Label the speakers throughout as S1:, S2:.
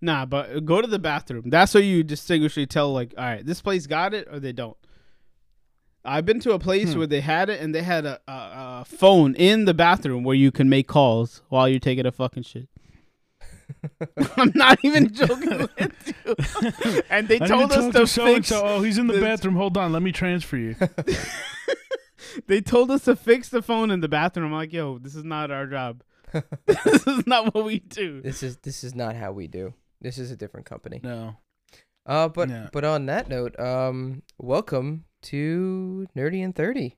S1: Nah, but go to the bathroom. That's where you distinguishly tell, like, all right, this place got it or they don't. I've been to a
S2: Hmm.
S1: place where they had it and they had a, a, a phone in the bathroom where you can make calls while you're taking a fucking shit. I'm not even joking with you. and they
S3: I need
S1: told
S3: to
S1: us
S3: talk
S1: to
S3: so-and-so.
S1: fix.
S3: Oh, he's in the
S1: the-
S3: bathroom. Hold on, let me transfer you.
S1: They told us to fix the phone in the bathroom. I'm like, yo, this is not our job. this is not what we do.
S2: This is this is not how we do. This is a different company.
S3: No.
S2: Uh, but
S3: No.
S2: but on that note, um, welcome to Nerdy and Thirty.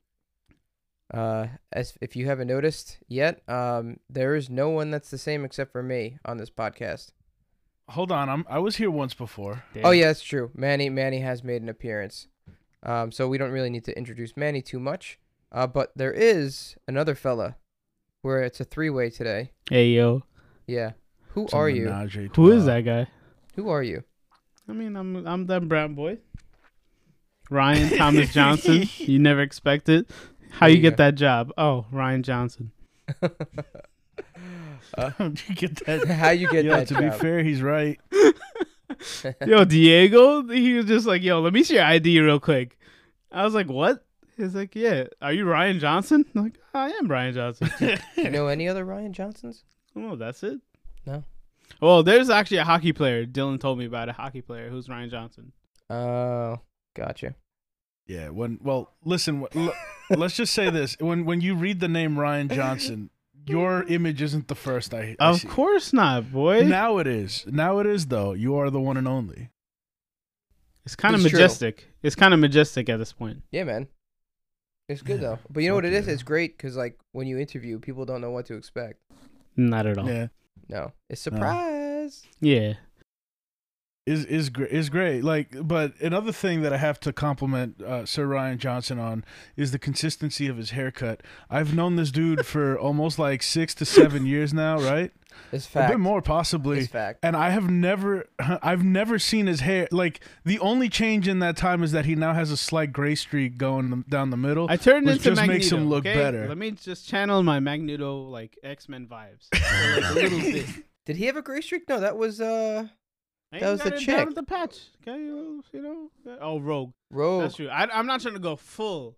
S2: Uh, as if you haven't noticed yet, um, there is no one that's the same except for me on this podcast.
S3: Hold on. I'm. I was here once before.
S2: Oh yeah, that's true. Manny Manny has made an appearance. Um, so we don't really need to introduce Manny too much. Uh, but there is another fella where it's a three way today.
S1: Hey yo,
S2: Yeah. Who
S3: It's a
S2: are you?
S3: menage a
S1: who is
S3: trois.
S1: that guy?
S2: Who are you?
S1: I mean, I'm I'm that brown boy. Ryan Thomas Johnson. you never expect it. How
S2: There
S1: you
S2: you
S1: get
S2: go.
S1: that job? Oh, Ryan Johnson.
S3: How'd you get that?
S2: Uh, How you get
S3: Yeah,
S2: that
S3: to be
S2: job?
S3: fair, he's right.
S1: Yo, Diego. He was just like, yo, let me see your ID real quick. I was like, what? He's like, yeah. Are you Ryan Johnson? I'm like, I am Ryan Johnson.
S2: you know any other Ryan Johnsons?
S1: oh, that's it.
S2: No.
S1: Well, there's actually a hockey player. Dylan told me about a hockey player who's Ryan Johnson.
S2: Oh, gotcha.
S3: Yeah. When well, listen. wh- l- let's just say this: when when you read the name Ryan Johnson, your image isn't the first I. I
S1: Of
S3: see.
S1: course not, boy.
S3: Now it is. Now it is. Though you are the one and only.
S1: it's kind of
S2: It's true.
S1: majestic. It's kind of majestic at this point.
S2: Yeah, man. It's good
S3: Yeah,
S2: though. But you know what
S3: fuck
S2: it is?
S3: yeah.
S2: It's great because like when you interview, people don't know what to expect.
S1: Not at all.
S3: Yeah.
S2: No, it's
S3: No.
S2: surprise.
S1: yeah.
S3: is is great is great like but another thing that i have to compliment uh, sir ryan johnson on is the consistency of his haircut i've known this dude for almost like six to seven years now right
S2: It's
S3: a
S2: fact.
S3: bit more possibly
S2: It's fact.
S3: and i have never i've never seen his hair like the only change in that time is that he now has a slight gray streak going down the middle
S1: I turned
S3: which
S1: into
S3: just
S1: Magneto.
S3: makes him look
S1: okay?
S3: better.
S1: Let me just channel my Magneto like X Men vibes. For, like, a little bit.
S2: Did he have a gray streak? No, that was uh
S1: I
S2: That
S1: ain't
S2: was
S1: got
S2: the
S1: it down
S2: chick.
S1: with the patch. Okay, you know, you know. Oh, Rogue.
S2: Rogue.
S1: That's true. I, I'm not trying to go full.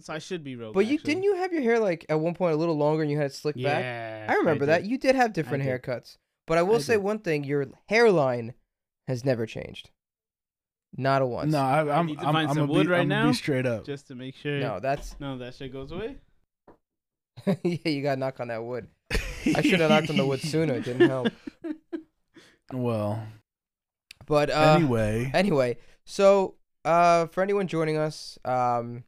S1: So I should be Rogue.
S2: But you
S1: actually.
S2: didn't you have your hair like at one point a little longer and you had it slicked back?
S1: Yeah.
S2: I remember that.
S1: did.
S2: You did have different
S1: did.
S2: haircuts. But I will
S1: I
S2: say
S1: did.
S2: one thing, your hairline has never changed. Not a once.
S3: no I, i'm
S1: need to
S3: i'm,
S1: find
S3: I'm
S1: some
S3: gonna
S1: wood
S3: be,
S1: right
S3: I'm gonna
S1: now.
S3: be straight up
S1: Just to make sure.
S2: No, that's
S1: No, that shit goes away.
S2: yeah, you gotta knock on that wood. I should have knocked on the wood sooner, it didn't help.
S3: well
S2: But uh
S3: anyway
S2: anyway, so uh, for anyone joining us, um,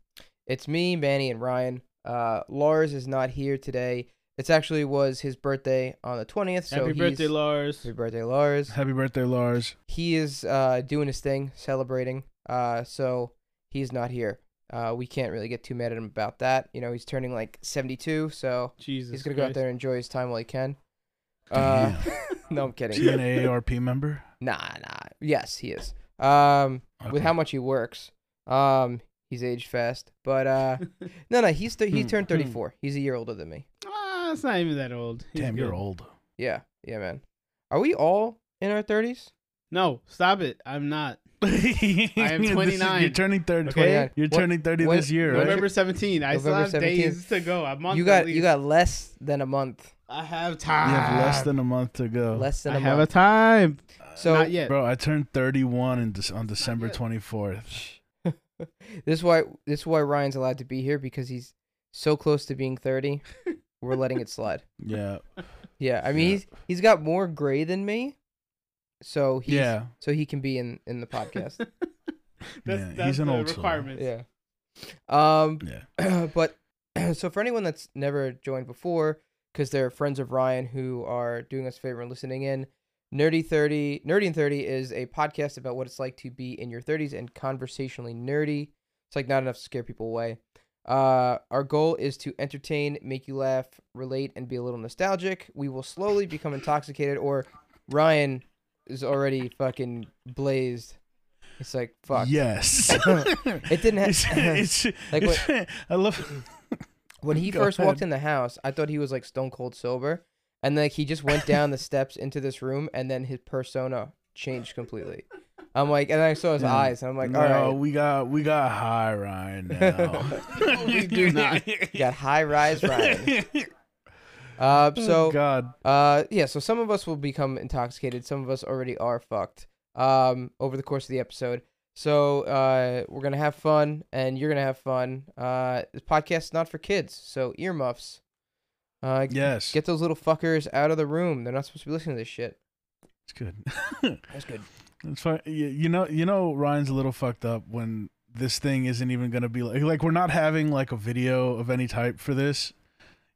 S2: it's me, Manny, and Ryan. Uh, Lars is not here today. It's actually was his birthday on the twentieth. So
S1: Happy
S2: he's-
S1: birthday, Lars.
S2: Happy birthday, Lars.
S3: happy birthday lars
S2: He is uh, doing his thing, celebrating. Uh, so he's not here. Uh, we can't really get too mad at him about that. You know, he's turning like seventy-two, so
S1: Jesus.
S2: he's gonna go out
S1: Christ.
S2: there and enjoy his time while he can. Uh, no, I'm
S3: is he
S2: kidding.
S3: an aarp member
S2: Nah, nah. Yes, he is. Um, with
S3: Okay.
S2: how much he works. Um, he's aged fast, but uh, no, no, he's th- he
S1: Hmm,
S2: turned
S1: hmm.
S2: 34. He's a year older than me.
S1: Ah, it's not even that old. He's
S3: Damn, you're
S1: good.
S3: old.
S2: Yeah, yeah, man. Are we all in our 30s?
S1: No, stop it. I'm not.
S3: I
S1: am 29.
S3: You're turning 30.
S1: Okay.
S2: 29.
S3: You're
S2: What-
S3: turning 30
S2: when-
S3: this year,
S2: when-
S3: right?
S1: November 17th. I still
S2: November
S1: have
S2: 17th.
S1: days to go. A month.
S2: You
S1: at
S2: got you
S1: least.
S2: got less than a month.
S1: I have
S3: You
S1: time.
S3: have less than a month to go.
S2: Ah. Less than
S1: Oh, I
S2: a
S1: have a
S2: month.
S1: time.
S2: so
S1: Not yet.
S3: Bro, I turned 31 in Dec- on December
S1: yet.
S3: 24th.
S2: this is why this is why Ryan's allowed to be here because he's so close to being 30. We're letting it slide.
S3: Yeah.
S2: Yeah, I mean
S3: Yeah.
S2: he's he's got more gray than me, so he's,
S3: yeah.
S2: so he can be in in the podcast.
S1: That's,
S3: Yeah,
S1: that's
S3: he's an
S1: the
S3: old soul.
S1: requirement.
S2: yeah. Um,
S3: Yeah.
S2: but so for anyone that's never joined before, because they're friends of Ryan who are doing us a favor and listening in, Nerdy Thirty, Nerdy and Thirty is a podcast about what it's like to be in your thirties and conversationally nerdy. It's like not enough to scare people away. Uh, our goal is to entertain, make you laugh, relate, and be a little nostalgic. We will slowly become intoxicated, or Ryan is already fucking blazed. It's like fuck.
S3: Yes.
S2: It didn't.
S3: it's,
S2: Ha-
S3: it's,
S2: Like
S3: it's- I love
S2: when he
S3: Go
S2: first walked
S3: ahead.
S2: in the house, I thought he was like stone cold sober, and like he just went down the steps into this room, and then his persona changed completely. I'm like, and I saw his
S3: Yeah.
S2: eyes, and I'm like,
S3: Mm. no,
S2: all right,
S3: we got we got high Ryan now.
S1: we do not.
S2: we got high rise Ryan. Uh, so
S3: Oh, God,
S2: Uh, yeah. So some of us will become intoxicated. Some of us already are fucked. Um, over the course of the episode. So uh, we're gonna have fun, and you're gonna have fun. Uh, this podcast's not for kids, so earmuffs. Uh, g-
S3: yes,
S2: Get those little fuckers out of the room. They're not supposed to be listening to this shit.
S3: it's good.
S2: That's good.
S3: It's fine. You, you know, you know, Ryan's a little fucked up when this thing isn't even gonna be like like we're not having like a video of any type for this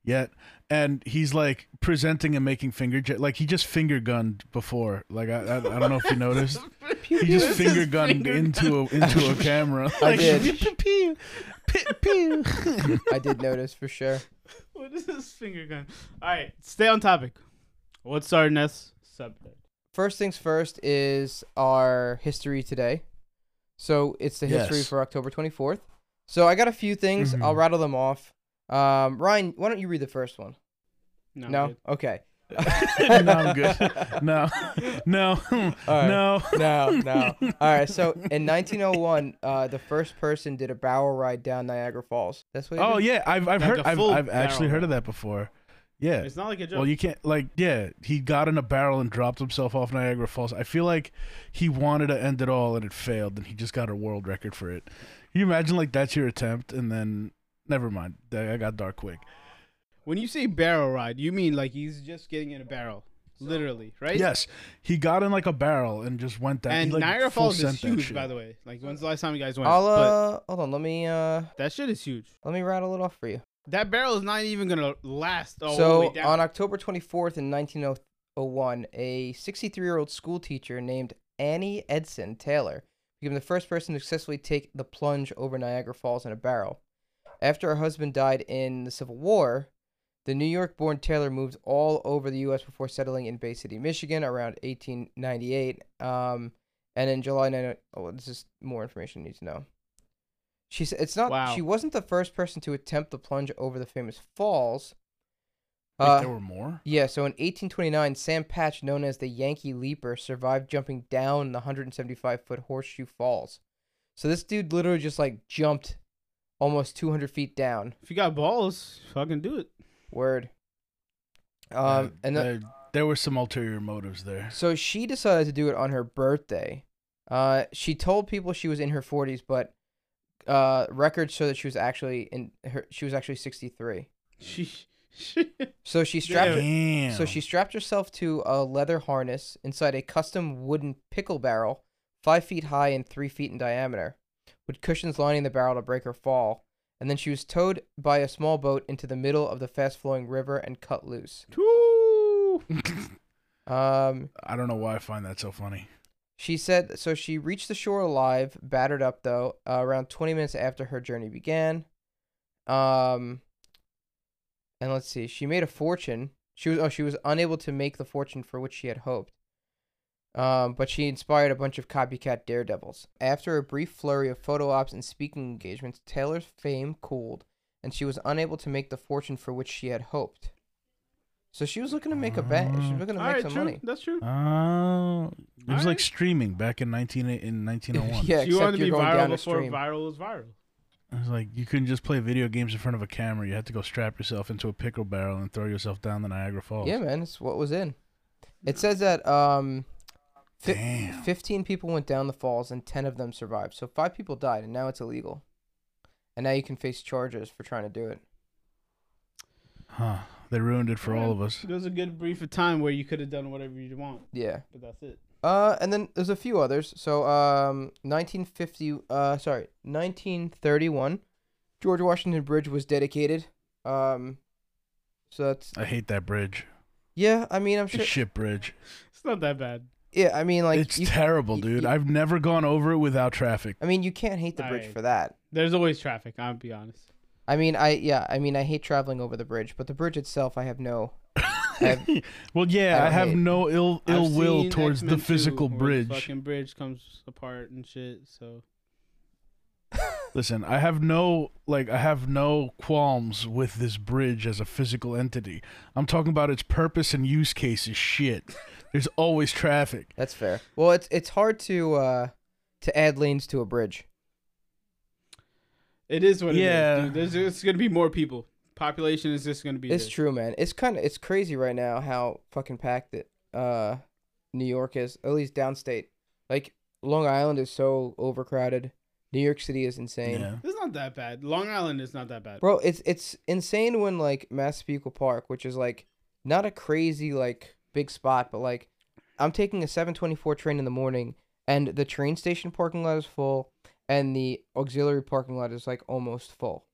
S3: yet, and he's like presenting and making finger ge- like he just finger gunned before. Like I, I, I don't know if you noticed. He just
S1: This is
S3: finger gunned
S1: finger
S3: into a into a camera.
S2: I
S3: Like,
S2: did.
S3: pew, pew, pew, pew.
S2: I did notice for sure.
S1: What is this finger gun? All right, stay on topic. What's our next subject?
S2: First things first is our history today. So it's the history
S3: Yes.
S2: for October 24th. So I got a few things. I'll
S3: Mhm.
S2: rattle them off. Um, Ryan, why don't you read the first one? no?
S1: dude.
S2: Okay.
S3: no, I'm good. No, no,
S2: right.
S3: no.
S2: No, no. All right. So in 1901, uh, the first person did a barrel ride down Niagara Falls. That's what. he
S3: Oh
S2: did?
S3: yeah, I've I've
S1: Like
S3: heard
S1: a
S3: I've,
S1: full
S3: I've actually
S1: barrel.
S3: heard of that before. Yeah.
S1: It's not like a joke.
S3: Well, you can't like yeah. He got in a barrel and dropped himself off Niagara Falls. I feel like he wanted to end it all and it failed, and he just got a world record for it. Can you imagine like that's your attempt, and then never mind. I I got dark quick.
S1: when you say barrel ride, you mean like he's just getting in a barrel, literally, right?
S3: Yes, he got in like a barrel and just went down.
S1: And
S3: he, like,
S1: Niagara
S3: full
S1: Falls is
S3: sent that
S1: huge,
S3: shit.
S1: by the way. Like, when's the last time you guys went?
S2: I'll
S1: But
S2: uh, hold on. Let me uh,
S1: that shit is huge.
S2: let me rattle it off for you.
S1: That barrel is not even gonna last all the way
S2: so
S1: down.
S2: on October 24th in 1901, a 63-year-old school teacher named Annie Edson Taylor became the first person to successfully take the plunge over Niagara Falls in a barrel. After her husband died in the Civil War, the New York-born Taylor moved all over the U.S. before settling in Bay City, Michigan, around 1898. Um, and in July 9, oh, this is more information you need to know. She said it's not.
S1: Wow.
S2: She wasn't the first person to attempt the plunge over the famous falls.
S3: Wait,
S2: Uh,
S3: there were more.
S2: yeah, so in 1829, Sam Patch, known as the Yankee Leaper, survived jumping down the 175 foot Horseshoe Falls. So this dude literally just like jumped almost 200 feet down.
S1: if you got balls, fucking do it.
S2: Word. Um,
S3: Uh,
S2: and the-
S3: there, there were some ulterior motives there.
S2: So she decided to do it on her birthday. Uh, she told people she was in her 40s, but uh, records show that she was actually in her. She was actually 63.
S1: She,
S2: So she strapped.
S3: Damn.
S2: So she strapped herself to a leather harness inside a custom wooden pickle barrel, five feet high and three feet in diameter, with cushions lining the barrel to break her fall. And then she was towed by a small boat into the middle of the fast-flowing river and cut loose.
S1: Woo!
S2: Um,
S3: I don't know why I find that so funny.
S2: She said so she reached the shore alive, battered up though, uh, around 20 minutes after her journey began. Um and let's see, she made a fortune. She was oh, she was unable to make the fortune for which she had hoped. Um, but she inspired a bunch of copycat daredevils. After a brief flurry of photo ops and speaking engagements, Taylor's fame cooled, and she was unable to make the fortune for which she had hoped. So she was looking to make a bet. She was looking to
S1: Mm. All
S2: make
S1: right,
S2: some
S1: true.
S2: money.
S1: That's true.
S3: Oh, Uh, it was
S1: Alright.
S3: like streaming back in nineteen eight- in nineteen oh one.
S2: yeah,
S1: you
S2: except
S1: wanted to
S2: you're
S1: be
S2: going
S1: viral
S2: down a
S1: before
S2: stream.
S1: viral was viral.
S3: It was like you couldn't just play video games in front of a camera. You had to go strap yourself into a pickle barrel and throw yourself down the Niagara Falls.
S2: Yeah, man, it's what was in. It says that um, fi-
S3: Damn.
S2: fifteen people went down the falls and ten of them survived. So five people died, and now it's illegal. And now you can face charges for trying to do it.
S3: Huh. They ruined it for all of us.
S1: There was a good brief of time where you could have done whatever you want,
S2: Yeah.
S1: but that's it.
S2: Uh, and then there's a few others. So um, 1950. Uh, sorry, 1931. George Washington Bridge was dedicated. Um, so that's
S3: I hate that bridge.
S2: yeah. I mean, I'm
S3: It's a
S2: sure.
S3: shit bridge.
S1: It's not that bad.
S2: Yeah, I mean, like
S3: it's
S2: you,
S3: terrible,
S2: you-
S3: dude.
S2: you-
S3: I've never gone over it without traffic.
S2: I mean, you can't hate the bridge
S1: Alright.
S2: for that.
S1: There's always traffic. I'll be honest.
S2: I mean, I yeah, I mean, I hate traveling over the bridge, but the bridge itself, I have no. have-
S3: well,
S2: I
S3: yeah,
S2: don't
S3: I, have
S2: hate it.
S3: no ill
S1: I've
S3: ill will
S1: seen
S3: towards
S1: X-Men
S3: the
S1: 2
S3: physical
S1: where
S3: bridge.
S1: fucking bridge comes apart and shit. So
S3: Listen, I have no like I have no qualms with this bridge as a physical entity. I'm talking about its purpose and use case is shit. There's always traffic.
S2: That's fair. Well, it's it's hard to uh to add lanes to a bridge.
S1: It is what
S3: Yeah.
S1: it is. Dude. There's, it's gonna be more people. Population is just gonna be.
S2: It's
S1: there.
S2: true, man. It's kind of it's crazy right now how fucking packed it, uh New York is, at least downstate. Like Long Island is so overcrowded. New York City is insane.
S3: Yeah.
S1: It's not that bad. Long Island is not that bad.
S2: Bro, it's it's insane when like Massapequa Park, which is like not a crazy like big spot, but like I'm taking a 7:24 train in the morning, and the train station parking lot is full, and the auxiliary parking lot is like almost full,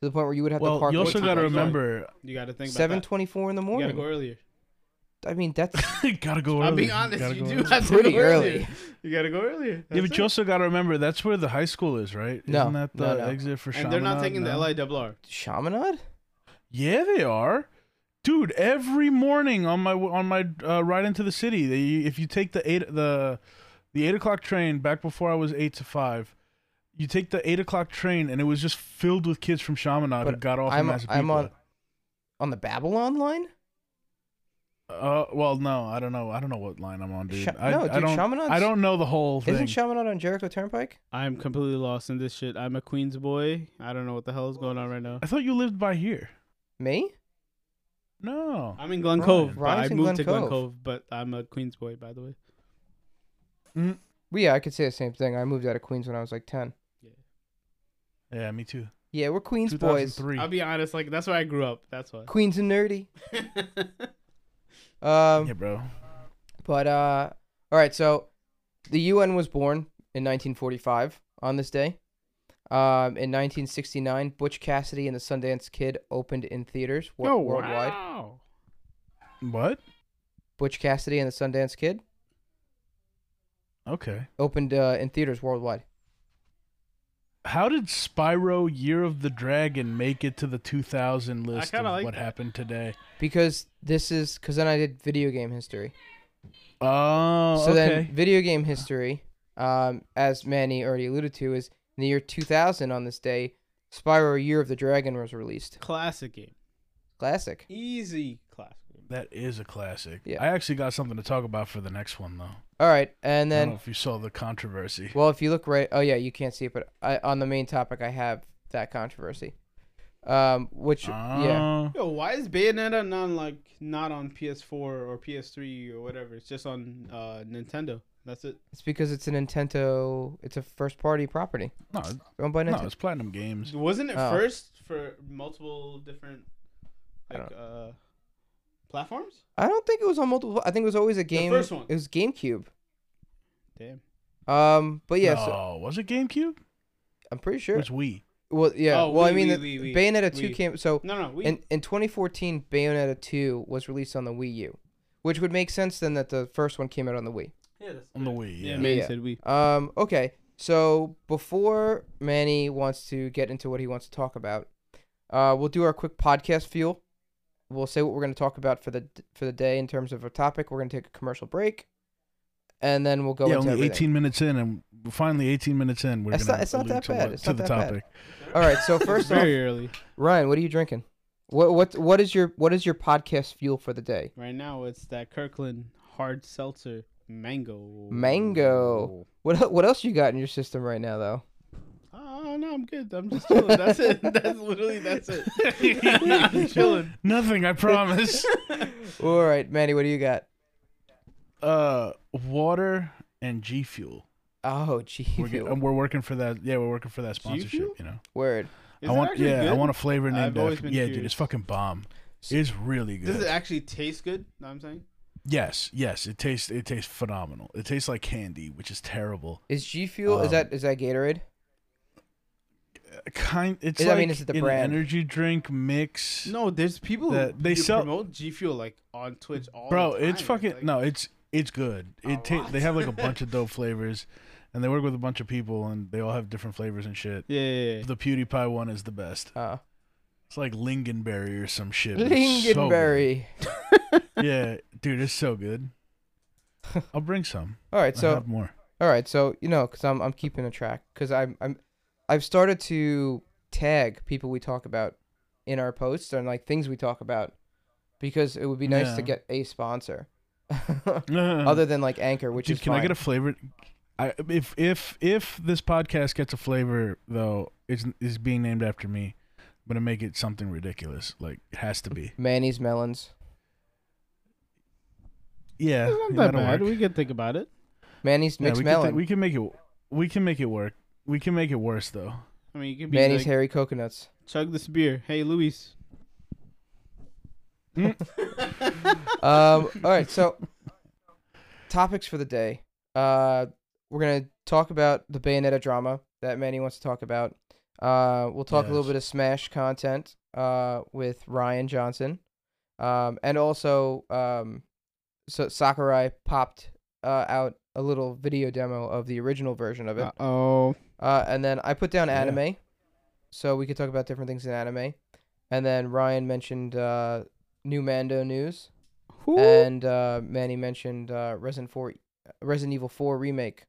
S2: to the point where you would have to
S3: Well,
S2: park.
S3: you also
S1: what
S3: got to
S1: time?
S3: remember,
S1: You gotta think about that.
S2: 7:24 in the
S1: You gotta
S2: morning.
S1: go earlier.
S2: I mean, that's
S3: gotta go.
S1: I'm being
S3: early.
S1: honest.
S3: Gotta
S1: You
S3: go
S1: do
S3: early.
S1: have to
S2: Pretty
S1: go earlier.
S2: early.
S1: You gotta go earlier.
S3: Yeah,
S1: That's
S3: but
S1: it.
S3: you also got to remember that's where the high school is, right?
S2: No,
S3: Isn't that the
S2: no, no.
S3: exit for
S1: and they're not
S3: Chaminade?
S1: taking
S3: No.
S1: the LIRR.
S2: Chaminade.
S3: Yeah, they are. Dude, every morning on my on my uh, ride into the city, they, if you take the eight the the eight o'clock train back before I was eight to five, you take the eight o'clock train and it was just filled with kids from Chaminade who
S2: But
S3: got off. in
S2: I'm
S3: Massapequa.
S2: I'm on on the Babylon line.
S3: Uh, well, no, I don't know. I don't know what line I'm on, dude.
S2: Cha-
S3: I,
S2: no,
S3: I
S2: dude,
S3: don't.
S2: Chaminade's-
S3: I don't know the whole thing.
S2: Isn't Chaminade on Jericho Turnpike?
S1: I'm completely lost in this shit. I'm a Queens boy. I don't know what the hell is going on right now.
S3: I thought you lived by here.
S2: Me?
S3: No.
S1: I'm in Glen
S3: Ryan.
S1: Cove. but I
S2: Ryan's in
S1: moved
S2: Glen
S1: to Glen
S2: Cove.
S1: Cove, but I'm a Queens boy, by the way.
S3: Mm.
S2: Well, yeah, I could say the same thing. I moved out of Queens when I was like 10.
S3: Yeah, me too.
S2: Yeah, we're Queens boys.
S3: 2003.
S1: I'll be honest. Like that's where I grew up. That's why.
S2: Queens and nerdy. Um,
S3: Yeah, bro.
S2: But uh, all right. So the UN was born in 1945 on this day. Um, in 1969, Butch Cassidy and the Sundance Kid opened in theaters wor- worldwide.
S1: wow.
S3: What?
S2: Butch Cassidy and the Sundance Kid
S3: Okay.
S2: opened uh, in theaters worldwide.
S3: How did Spyro Year of the Dragon make it to the 2000 list of
S1: kinda like
S3: what
S1: that.
S3: happened today?
S2: Because this is because then I did video game history.
S3: Oh,
S2: so
S3: okay.
S2: then video game history, um, as Manny already alluded to, is in the year 2000 on this day, Spyro Year of the Dragon was released.
S1: Classic game.
S2: Classic.
S1: Easy classic. game.
S3: that is a classic.
S2: Yeah.
S3: I actually got something to talk about for the next one though.
S2: All right, and
S3: I don't know
S2: then
S3: if you saw the controversy.
S2: well, if you look right, oh yeah, you can't see it, but I, on the main topic, I have that controversy, um, which yeah,
S3: Oh.
S1: Yo, why is Bayonetta not like not on PS4 or PS3 or whatever? It's just on uh, Nintendo. That's it.
S3: Ah.
S2: it's because it's a Nintendo, it's a first party property
S3: No,
S2: owned by
S3: no,
S2: Nintendo.
S3: it's Platinum Games.
S1: Wasn't it
S2: Oh.
S1: first for multiple different
S2: I
S1: like uh, platforms?
S2: I don't think it was on multiple. I think it was always a game.
S1: first one.
S2: It was GameCube.
S1: Damn.
S2: Um, but yeah,
S3: no,
S2: so
S3: was it GameCube?
S2: I'm pretty sure.
S3: It was Wii.
S2: Well, yeah.
S1: Oh,
S2: well, I
S1: Wii,
S2: mean,
S1: Wii,
S2: the,
S1: Wii, Wii,
S2: Bayonetta two
S1: Wii.
S2: came. So
S1: No, no. We
S2: in in 2014, Bayonetta two was released on the Wii U, which would make sense then that the first one came out on the Wii.
S1: yeah, that's
S3: On the Wii, yeah.
S1: Yeah, man
S2: Yeah.
S1: said we.
S2: Um, okay. So before Manny wants to get into what he wants to talk about, uh, we'll do our quick podcast fuel. We'll say what we're going to talk about for the for the day in terms of a topic. We're going to take a commercial break, and then we'll go
S3: yeah,
S2: into
S3: only
S2: everything.
S3: 18 minutes in, and finally 18 minutes in, we're
S2: It's
S3: gonna
S2: not- it's not
S3: allude
S2: that
S3: to,
S2: bad.
S3: what-
S2: It's
S3: to
S2: not
S3: the
S2: that bad.
S3: topic.
S2: All right. So first off,
S1: very early.
S2: Ryan, what are you drinking? What what what is your what is your podcast fuel for the day?
S1: Right now, it's that Kirkland hard seltzer mango.
S2: Mango. What el- what else you got in your system right now though?
S1: Oh no, I'm good. I'm just chilling. That's it. That's literally that's it. I'm chilling.
S3: Nothing, I promise.
S2: All right, Manny, what do you got?
S3: uh, water and G Fuel.
S2: Oh, gee,
S3: We're, um, get,
S2: fuel.
S3: and we're working for that. Yeah, we're working for that
S1: G Fuel?
S3: sponsorship. You know,
S2: word.
S1: Is
S3: I
S1: it
S3: want.
S1: actually
S3: Yeah, I
S1: good?
S3: want a flavor named
S1: I've always
S3: after.
S1: been
S3: Yeah, dude,
S1: curious.
S3: it's fucking bomb. It's really good.
S1: Does it actually taste good? Know what I'm saying.
S3: yes, yes, it tastes. It tastes phenomenal. It tastes like candy, which is terrible.
S2: Is G Fuel is
S3: Um,
S2: that is that Gatorade?
S3: Uh, Kind. It's
S2: Is- I
S3: like
S2: mean, is it the
S3: an
S2: brand?
S3: energy drink mix.
S1: No, there's people
S3: That-
S1: who
S3: they
S1: they
S3: sell-
S1: promote G Fuel like on Twitch all
S3: bro,
S1: the time.
S3: it's fucking
S1: like,
S3: no. It's it's good. It ta-
S1: lot.
S3: they have like a bunch of dope flavors, and they work with a bunch of people, and they all have different flavors and shit.
S1: Yeah, yeah, yeah.
S3: The PewDiePie one is the best.
S2: Uh,
S3: It's like lingonberry or some shit. but it's so good.
S2: Lingonberry.
S3: yeah, dude, it's so good. I'll bring some.
S2: all right,
S3: I
S2: so
S3: have more.
S2: all right, so you know, cause I'm I'm keeping a track, cause I'm I'm I've started to tag people we talk about in our posts and like things we talk about because it would be nice to
S3: Yeah.
S2: get a sponsor
S3: Other
S2: other than like Anchor, which is
S3: can I
S2: fine.
S3: get a flavor? I, if if if this podcast gets a flavor though, it's is being named after me. I'm gonna make it something ridiculous. Like it has to be.
S2: Manny's melons.
S3: Yeah,
S1: It's not that
S3: yeah, that'll
S1: bad.
S3: work.
S1: We can think about it.
S2: Manny's
S3: Yeah,
S2: mixed
S3: we, can
S2: melon.
S3: thi- we can make it. We can make it work. We can make it worse though.
S1: I mean, you can be
S2: Manny's
S1: like,
S2: hairy coconuts.
S1: chug this beer. Hey, Luis.
S3: Mm.
S2: um, all right, so topics for the day. Uh, we're gonna talk about the Bayonetta drama that Manny wants to talk about. Uh, we'll talk a
S3: Yes.
S2: little bit of Smash content uh, with Ryan Johnson, um, and also um, so Sakurai popped uh, out a little video demo of the original version of it.
S1: Oh,
S2: Uh, and then I put down
S3: Ah. Yeah.
S2: anime, so we could talk about different things in anime. And then Ryan mentioned uh, new Mando news. And uh, Manny mentioned uh, Resident Four, Resident Evil Four remake.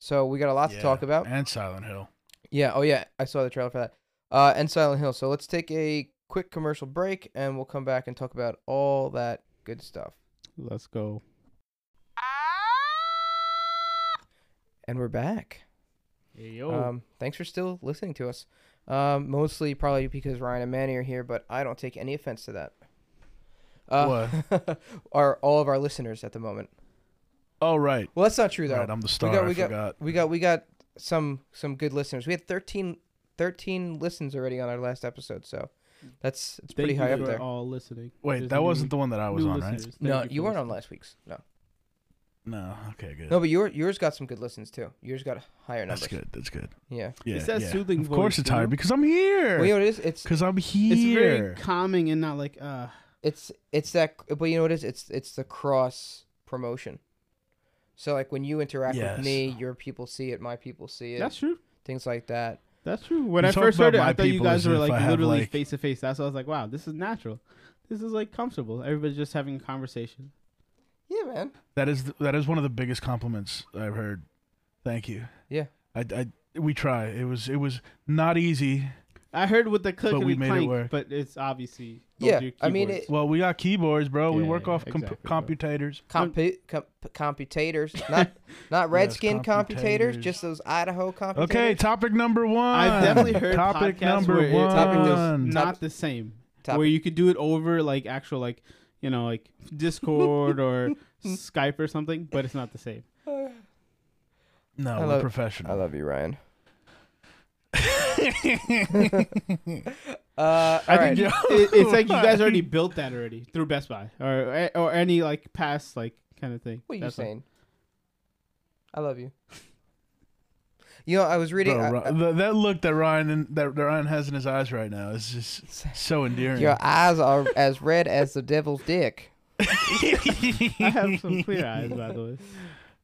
S2: So we got a lot
S3: Yeah,
S2: to talk about.
S3: And Silent Hill.
S2: Yeah. Oh yeah, I saw the trailer for that. Uh, and Silent Hill. So let's take a quick commercial break, and we'll come back and talk about all that good stuff.
S1: let's go.
S2: And we're back.
S3: Oh.
S1: yo.
S2: Um, thanks for still listening to us. Um, mostly probably because Ryan and Manny are here, but I don't take any offense to that. Uh, are all of our listeners at the moment?
S3: Oh right,
S2: Well, that's not true though.
S3: right. I'm the star.
S2: got-
S3: I
S2: we got-
S3: forgot.
S2: we got we got some some good listeners. We had 13, 13 listens already on our last episode, so that's it's pretty high up there.
S1: All listening.
S3: Wait,
S1: There's
S3: that
S1: new-
S3: wasn't the one that I was
S1: new
S3: on, right?
S1: listeners. Thank
S2: No,
S1: for
S2: you weren't on
S1: listening.
S2: last week's. No,
S3: No. Okay, good.
S2: no, but your yours got some good listens too. Yours got higher numbers.
S3: That's good. That's good.
S2: Yeah.
S3: Yeah.
S1: that
S3: yeah.
S1: soothing
S3: Of course,
S1: voice,
S3: it's
S1: you
S3: hard
S1: know?
S3: because I'm
S2: Well, you know
S3: here.
S2: what it is? It's
S3: Because I'm
S1: It's very
S3: here.
S1: calming and not like, uh,
S2: it's it's that. But you know what it is? It's it's the cross promotion. So like when you interact
S3: Yes.
S2: with me, your people see it, my people see it,
S1: that's true.
S2: things like that.
S1: That's true. When
S3: You
S1: I
S3: talk
S1: first heard it,
S3: about
S1: I
S3: my
S1: thought you
S3: people
S1: guys
S3: as
S1: were
S3: if I
S1: like
S3: have,
S1: literally
S3: like-
S1: face to face. That's why I was like, wow, this is natural. This is like comfortable. Everybody's just having a conversation.
S2: Yeah, man.
S3: That is th- that is one of the biggest compliments I've heard. Thank you.
S2: Yeah.
S3: I, I we try. It was it was not easy.
S1: I heard with the click
S3: But
S1: and
S3: we
S1: the
S3: made it
S1: clank,
S3: work.
S1: but it's obviously both
S2: Yeah,
S1: your
S2: I mean,
S1: keyboards.
S2: it-
S3: Well, we got keyboards, bro. we
S1: Yeah,
S3: work
S1: yeah,
S3: off com-
S1: exactly, bro.
S3: computators.
S2: Compu- com- computators, not not redskin computators,
S3: computators.
S2: just those Idaho computators.
S3: Okay, topic number one.
S1: I've definitely heard
S3: topic
S1: podcasts
S3: number
S1: where it-
S3: one.
S1: topic was
S2: Top-
S1: not the same.
S2: Topic.
S1: Where you could do it over like actual like you know like Discord or Skype or something, but it's not the same.
S3: no,
S2: I
S3: we're
S2: love- I
S3: professional.
S2: love you, Ryan. uh, all
S1: I
S2: right.
S1: think
S3: Yo,
S1: it, it's like you guys already built that already through Best Buy or or any like past like kind of thing.
S2: what are you
S1: That's all.
S2: saying? I love you. You know, I was reading.
S3: Bro,
S2: I-
S3: Ri- the- that look that Ryan and, that Ryan has in his eyes right now is just
S2: I-
S3: so endearing.
S2: your eyes are as red as the devil's dick.
S1: I have some clear eyes, by the way.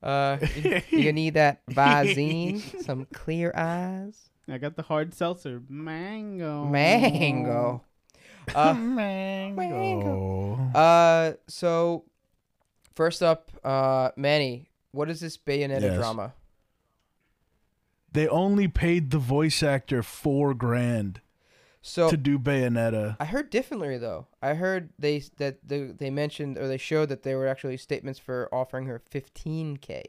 S2: Uh, you gonna need that Visine, some clear eyes,
S1: I got the hard seltzer, mango.
S2: mango. Uh,
S3: Mango.
S2: Uh, so first up, uh, Manny, what is this Bayonetta
S3: Yes.
S2: drama?
S3: They only paid the voice actor four grand
S2: So
S3: to do Bayonetta.
S2: I heard differently though. I heard they s- that they, they mentioned or they showed that there were actually statements for offering her 15k.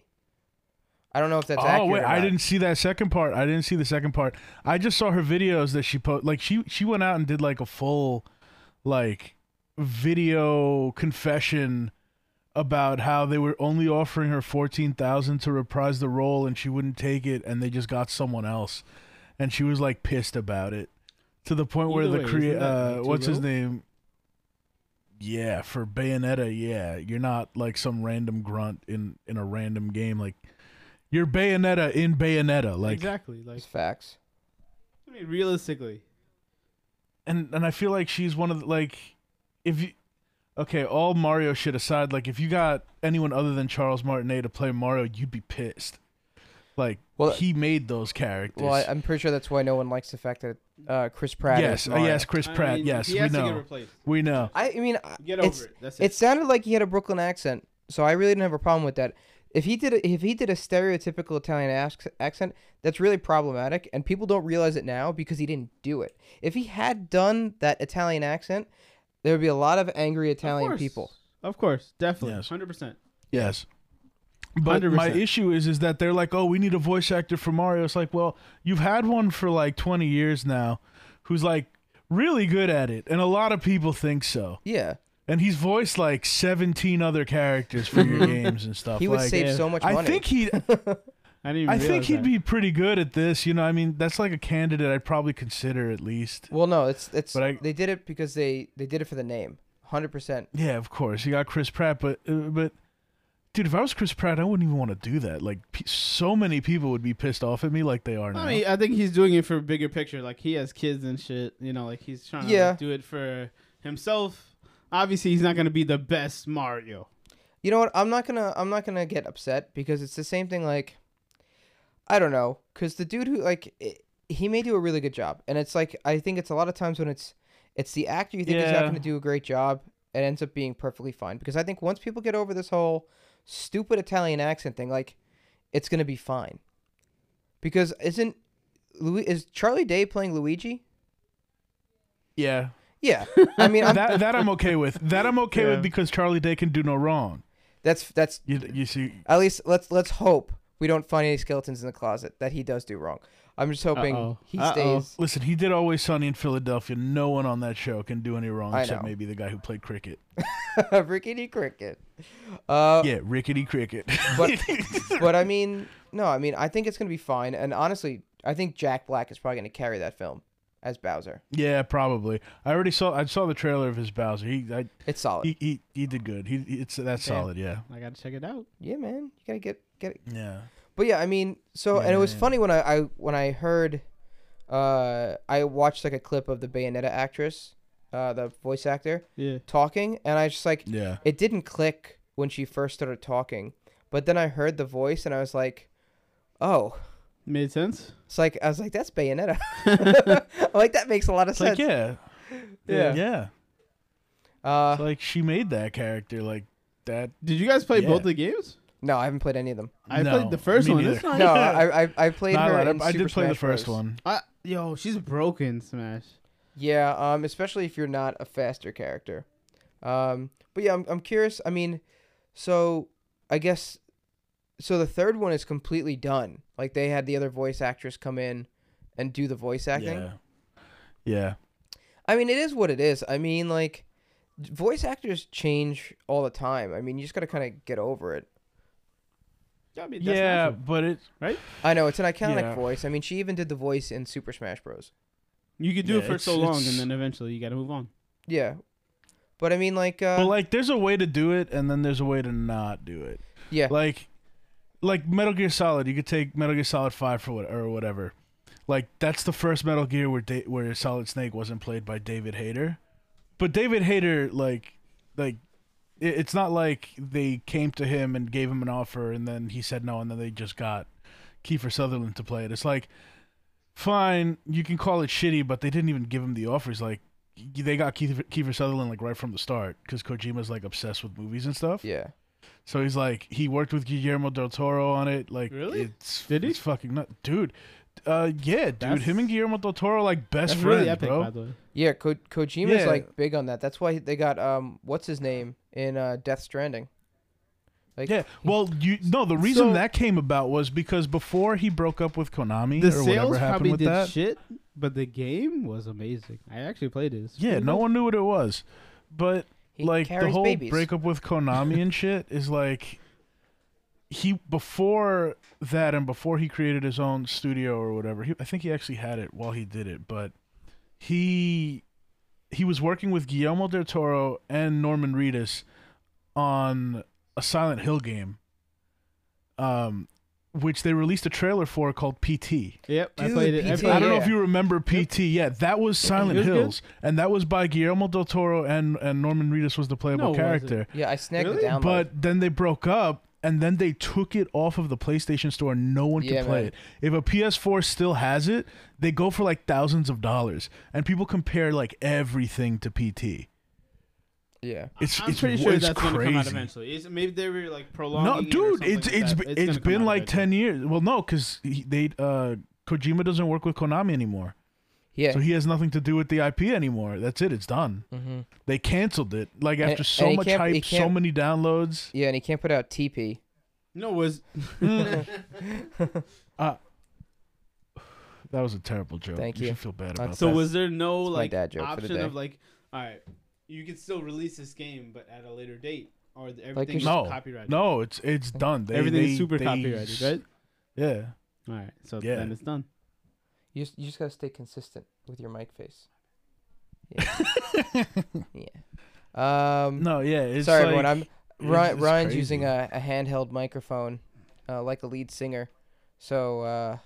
S2: I don't know if that's
S3: oh
S2: accurate.
S3: wait,
S2: or
S3: I
S2: not.
S3: didn't see that second part. I didn't see the second part. I just saw her videos that she put. Like she she went out and did like a full, like, video confession about how they were only offering her fourteen thousand to reprise the role and she wouldn't take it and they just got someone else, and she was like pissed about it, to the point where
S1: Either
S3: the
S1: way,
S3: crea-
S1: isn't that
S3: uh,
S1: too
S3: what's his
S1: low?
S3: name Yeah, for Bayonetta, yeah. You're not like some random grunt in in a random game like you're Bayonetta in Bayonetta like
S1: exactly. Like
S2: It's facts.
S1: I mean, realistically,
S3: and and I feel like she's one of the, like if you Okay, all Mario shit aside, like if you got anyone other than Charles Martinet to play Mario, you'd be pissed. Like
S2: Well-
S3: he made those characters.
S2: Well, I, I'm pretty sure that's why no one likes the fact that uh, Chris Pratt.
S3: yes,
S2: is
S3: uh,
S2: Mario.
S3: yes, Chris
S1: I
S3: Pratt.
S1: mean,
S3: yes,
S1: he
S3: we
S1: has to get
S3: know.
S1: replaced.
S3: We know.
S2: I, I mean, I-
S1: Get over
S2: it's,
S1: it. That's it.
S2: It sounded like he had a Brooklyn accent, so I really didn't have a problem with that. If he did a, if he did a stereotypical Italian ac- accent, that's really problematic, and people don't realize it now because he didn't do it. If he had done that Italian accent, there would be a lot of angry Italian
S1: course.
S2: people.
S1: Of course, definitely,
S3: Yes.
S1: hundred percent.
S3: Yes. But my
S1: 100%.
S3: issue is is that they're like, "Oh, we need a voice actor for Mario." It's like, "Well, you've had one for like 20 years now who's like really good at it." And a lot of people think so.
S2: Yeah,
S3: And he's voiced like 17 other characters for your games and stuff
S2: he would
S3: like
S2: save
S1: yeah.
S2: so much money.
S3: I think he
S1: I didn't. Even
S3: I think
S1: realize
S3: he'd
S1: that.
S3: be pretty good at this, you know. I mean, that's like a candidate I'd probably consider at least.
S2: Well, no, it's it's
S3: But I-
S2: they did it because they they did it for the name, hundred percent.
S3: Yeah, of course. You got Chris Pratt, but uh, but dude, if I was Chris Pratt, I wouldn't even want to do that. Like pe- so many people would be pissed off at me like they are now.
S1: I mean, I think he's doing it for a bigger picture. Like he has kids and shit. You know, like he's trying to
S2: Yeah.
S1: like, do it for himself. Obviously, he's not gonna be the best Mario.
S2: You know what? I'm not gonna I'm not gonna get upset because it's the same thing. Like, I don't know, because the dude who like i he may do a really good job, and it's like I think it's a lot of times when it's it's the actor you think is not
S3: Yeah.
S2: gonna do a great job, it ends up being perfectly fine. Because I think once people get over this whole stupid Italian accent thing, like it's gonna be fine. Because isn't Louis is Charlie Day playing Luigi?
S3: yeah,
S2: Yeah, I mean I'm,
S3: that that I'm okay with. That I'm okay
S1: Yeah.
S3: with because Charlie Day can do no wrong.
S2: that's that's
S3: You you see,
S2: At least let's let's hope we don't find any skeletons in the closet that he does do wrong. I'm just hoping
S1: Uh-oh.
S2: he
S1: Uh-oh.
S2: stays.
S3: listen, he did Always Sunny in Philadelphia. No one on that show can do any wrong
S2: I
S3: except
S2: know.
S3: maybe the guy who played cricket.
S2: Rickety cricket. Uh,
S3: Yeah, rickety cricket.
S2: But- But I mean, no, I mean I think it's gonna be fine. And honestly, I think Jack Black is probably gonna carry that film as Bowser.
S3: yeah, probably. I already saw. I saw the trailer of his Bowser. He I,
S2: It's solid.
S3: he, he he did good. He, he- it's that's
S1: Yeah.
S3: solid. Yeah.
S1: I gotta check it out.
S2: yeah, man, you gotta get get it.
S3: Yeah.
S2: But yeah, I mean, so and it was
S3: Yeah.
S2: funny when I, I when I heard, uh, I watched like a clip of the Bayonetta actress, uh, the voice actor
S1: Yeah.
S2: talking, and I just like
S3: Yeah.
S2: it didn't click when she first started talking but then i heard the voice and i was like oh
S1: Made sense.
S2: it's like i was like that's bayonetta I'm like that makes a lot of
S3: It's like
S2: sense
S3: yeah,
S2: yeah,
S3: yeah.
S2: Uh,
S3: It's like she made that character like that.
S1: Did you guys play
S3: Yeah.
S1: both the games?
S2: no i haven't played any of them
S1: I
S3: No,
S1: played the first
S3: me
S1: one.
S3: neither.
S1: It's not-
S2: no I, I i played
S3: Not a
S2: her
S3: lot.
S2: in
S3: I, I
S2: Super
S3: did play the
S2: Smash
S3: first
S2: Bros.
S3: one.
S1: I- yo, she's broken. Smash.
S2: yeah um especially if you're not a faster character um but yeah i'm, I'm curious i mean so i guess so the third one is completely done like they had the other voice actress come in and do the voice acting
S3: Yeah. Yeah.
S2: I mean, it is what it is. I mean, like, d- voice actors change all the time. I mean, you just gotta kind of get over it.
S1: Yeah, I mean, that's
S3: Yeah,
S1: natural.
S3: but it
S2: I know it's an iconic
S3: Yeah.
S2: voice. I mean, she even did the voice in Super Smash Bros.
S1: You could do
S3: Yeah,
S1: it for
S3: it's-
S1: so long,
S3: it's-
S1: and then eventually you gotta move on.
S2: Yeah, but I mean, like, uh,
S3: but like there's a way to do it and then there's a way to not do it.
S2: yeah,
S3: Like like Metal Gear Solid, you could take Metal Gear Solid 5 for what or whatever. Like that's the first Metal Gear where da- where Solid Snake wasn't played by David Hayter. But David Hayter like like it- it's not like they came to him and gave him an offer and then he said no and then they just got Kiefer Sutherland to play it. It's like fine, you can call it shitty, but they didn't even give him the offers like y- they got Kiefer, Kiefer Sutherland like right from the start because Kojima's like obsessed with movies and stuff.
S2: yeah.
S3: So he's like, he worked with Guillermo del Toro on it. Like,
S1: Really?
S3: It's,
S1: Did he?
S3: It's fucking nut, dude. Uh, yeah, dude.
S1: That's-
S3: him and Guillermo del Toro like best
S1: That's
S3: friends,
S1: really epic, by
S3: bro.
S1: the way.
S2: Yeah, Ko- Kojima's
S3: Yeah.
S2: like big on that. That's why they got um, what's his name in uh, Death Stranding. Like,
S3: Yeah. Well, you no. The reason
S1: So-
S3: that came about was because before he broke up with Konami
S1: The
S3: or
S1: sales
S3: whatever
S1: probably
S3: happened with
S1: did
S3: that.
S1: shit, but the game was amazing. I actually played it. It's
S3: yeah.
S1: pretty
S3: No
S1: good.
S3: one knew what it was, but
S2: he
S3: like
S2: carries
S3: the whole
S2: babies.
S3: breakup with Konami and shit is like he before that and before he created his own studio or whatever. He, I think he actually had it while he did it, but he he was working with Guillermo del Toro and Norman Reedus on a Silent Hill game, um, which they released a trailer for called PT.
S1: Yep, I
S2: Dude,
S1: played it. I
S2: PT.
S1: played
S3: I don't know
S2: Yeah.
S3: if you remember PT. Yeah, that was Silent
S1: was good.
S3: Hills, and that was by Guillermo del Toro and and Norman Reedus was the
S1: No, it
S3: playable
S1: wasn't.
S3: character.
S2: Yeah, I snagged
S1: Really?
S2: the download.
S3: But then they broke up, and then they took it off of the PlayStation Store. and No one
S2: Yeah,
S3: can play
S2: man.
S3: it. If a PS4 still has it, they go for like thousands of dollars, and people compare like everything to PT.
S2: Yeah.
S3: It's
S1: I'm
S3: it's,
S1: pretty
S3: wa-
S1: sure
S3: it's
S1: that's
S3: crazy.
S1: gonna come out eventually. It's, maybe they were like prolonging.
S3: No,
S1: it or
S3: dude,
S1: something
S3: it's
S1: like
S3: it's
S1: that.
S3: it's
S1: gonna come
S3: been
S1: out
S3: like
S1: eventually.
S3: ten years. Well, no, because they uh Kojima doesn't work with Konami anymore,
S2: Yeah.
S3: so he has nothing to do with the IP anymore. That's it. It's done.
S2: hmm
S3: They canceled it. Like
S2: And-
S3: after so
S2: and he
S3: much
S2: can't- he
S3: hype, so
S2: can't-
S3: many downloads.
S2: Yeah, and he can't put out TP.
S1: No, it was
S3: That was a terrible joke.
S2: Thank
S3: You
S2: you. Uh,
S3: should feel bad
S2: That's-
S3: about
S1: so
S3: that.
S1: was there no
S2: It's my
S1: like
S2: dad joke for the
S1: option
S2: day.
S1: of like, all right, you can still release this game, but at a later date, or the-
S2: you
S1: everything's
S2: should-
S3: No,
S1: copyrighted.
S3: No, it's it's done. They,
S1: everything's
S3: they-
S1: super
S3: they-
S1: copyrighted, right?
S3: Yeah.
S1: All right, so
S3: Yeah.
S1: then it's done.
S2: You just, you just gotta stay consistent with your mic face. Yeah. Um.
S3: no, yeah. It's
S2: sorry,
S3: like,
S2: everyone. I'm
S3: it's-
S2: Ryan,
S3: it's
S2: Ryan's
S3: crazy.
S2: using uh, a, a handheld microphone, uh, like a lead singer. So uh,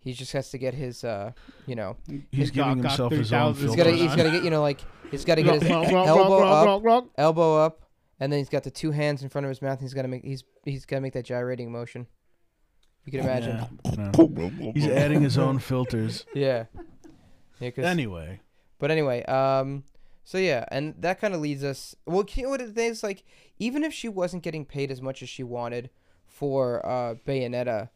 S2: he just has to get his, uh, you know,
S3: He's
S1: Got-
S3: giving
S1: got
S3: himself his
S1: 3,000.
S3: own.
S2: he's
S1: What's
S2: gotta
S1: going
S2: he's
S1: on?
S2: gotta get you know like he's gotta get his
S1: Rock, rock,
S2: elbow
S1: rock,
S2: up,
S1: rock, rock.
S2: elbow up, and then he's got the two hands in front of his mouth. And he's gotta make he's he's gotta make that gyrating motion. You can imagine.
S3: Yeah, no. He's adding his own filters.
S2: Yeah. Yeah. 'cause-
S3: Anyway,
S2: But anyway, um, so yeah, and that kind of leads us. Well, you know what it is like. Even if she wasn't getting paid as much as she wanted for uh, Bayonetta,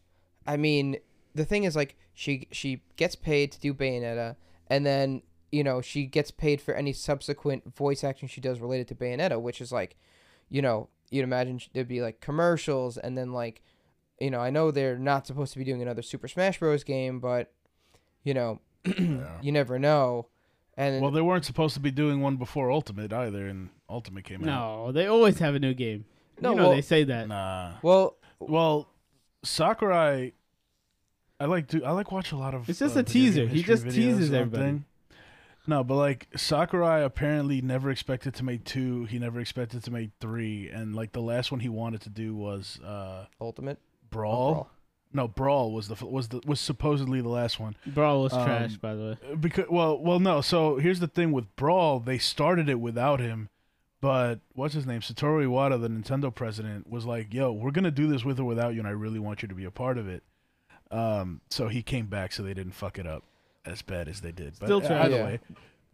S2: I mean, the thing is like she she gets paid to do Bayonetta, and then you know she gets paid for any subsequent voice action she does related to Bayonetta, which is like, you know, you'd imagine sh- there'd be like commercials, and then like, you know, I know they're not supposed to be doing another Super Smash Bros. game, but you know, you never know. And
S3: well, they weren't supposed to be doing one before Ultimate either, and Ultimate came out.
S1: No, they always have a new game.
S2: No,
S1: you know
S2: well-
S1: they say that.
S3: Nah.
S2: Well,
S3: Well, Sakurai, I like do I like watch a lot of.
S1: It's just
S3: uh,
S1: a
S3: video game
S1: teaser. He
S3: history
S1: just
S3: videos
S1: teases
S3: and
S1: everybody.
S3: everything. No, but like Sakurai apparently never expected to make two. He never expected to make three, and like the last one he wanted to do was uh
S2: ultimate.
S3: Brawl.
S1: Oh,
S2: Brawl.
S3: No, Brawl was the was the was supposedly the last one
S1: Brawl was
S3: Um,
S1: trash, by the way.
S3: because well well no. So here's the thing with Brawl, they started it without him. But what's his name? Satoru Iwata, the Nintendo president, was like, "Yo, we're gonna do this with or without you, and I really want you to be a part of it." Um, so he came back, so they didn't fuck it up as bad as they did. But
S1: Still trash.
S3: either
S2: Yeah.
S3: way,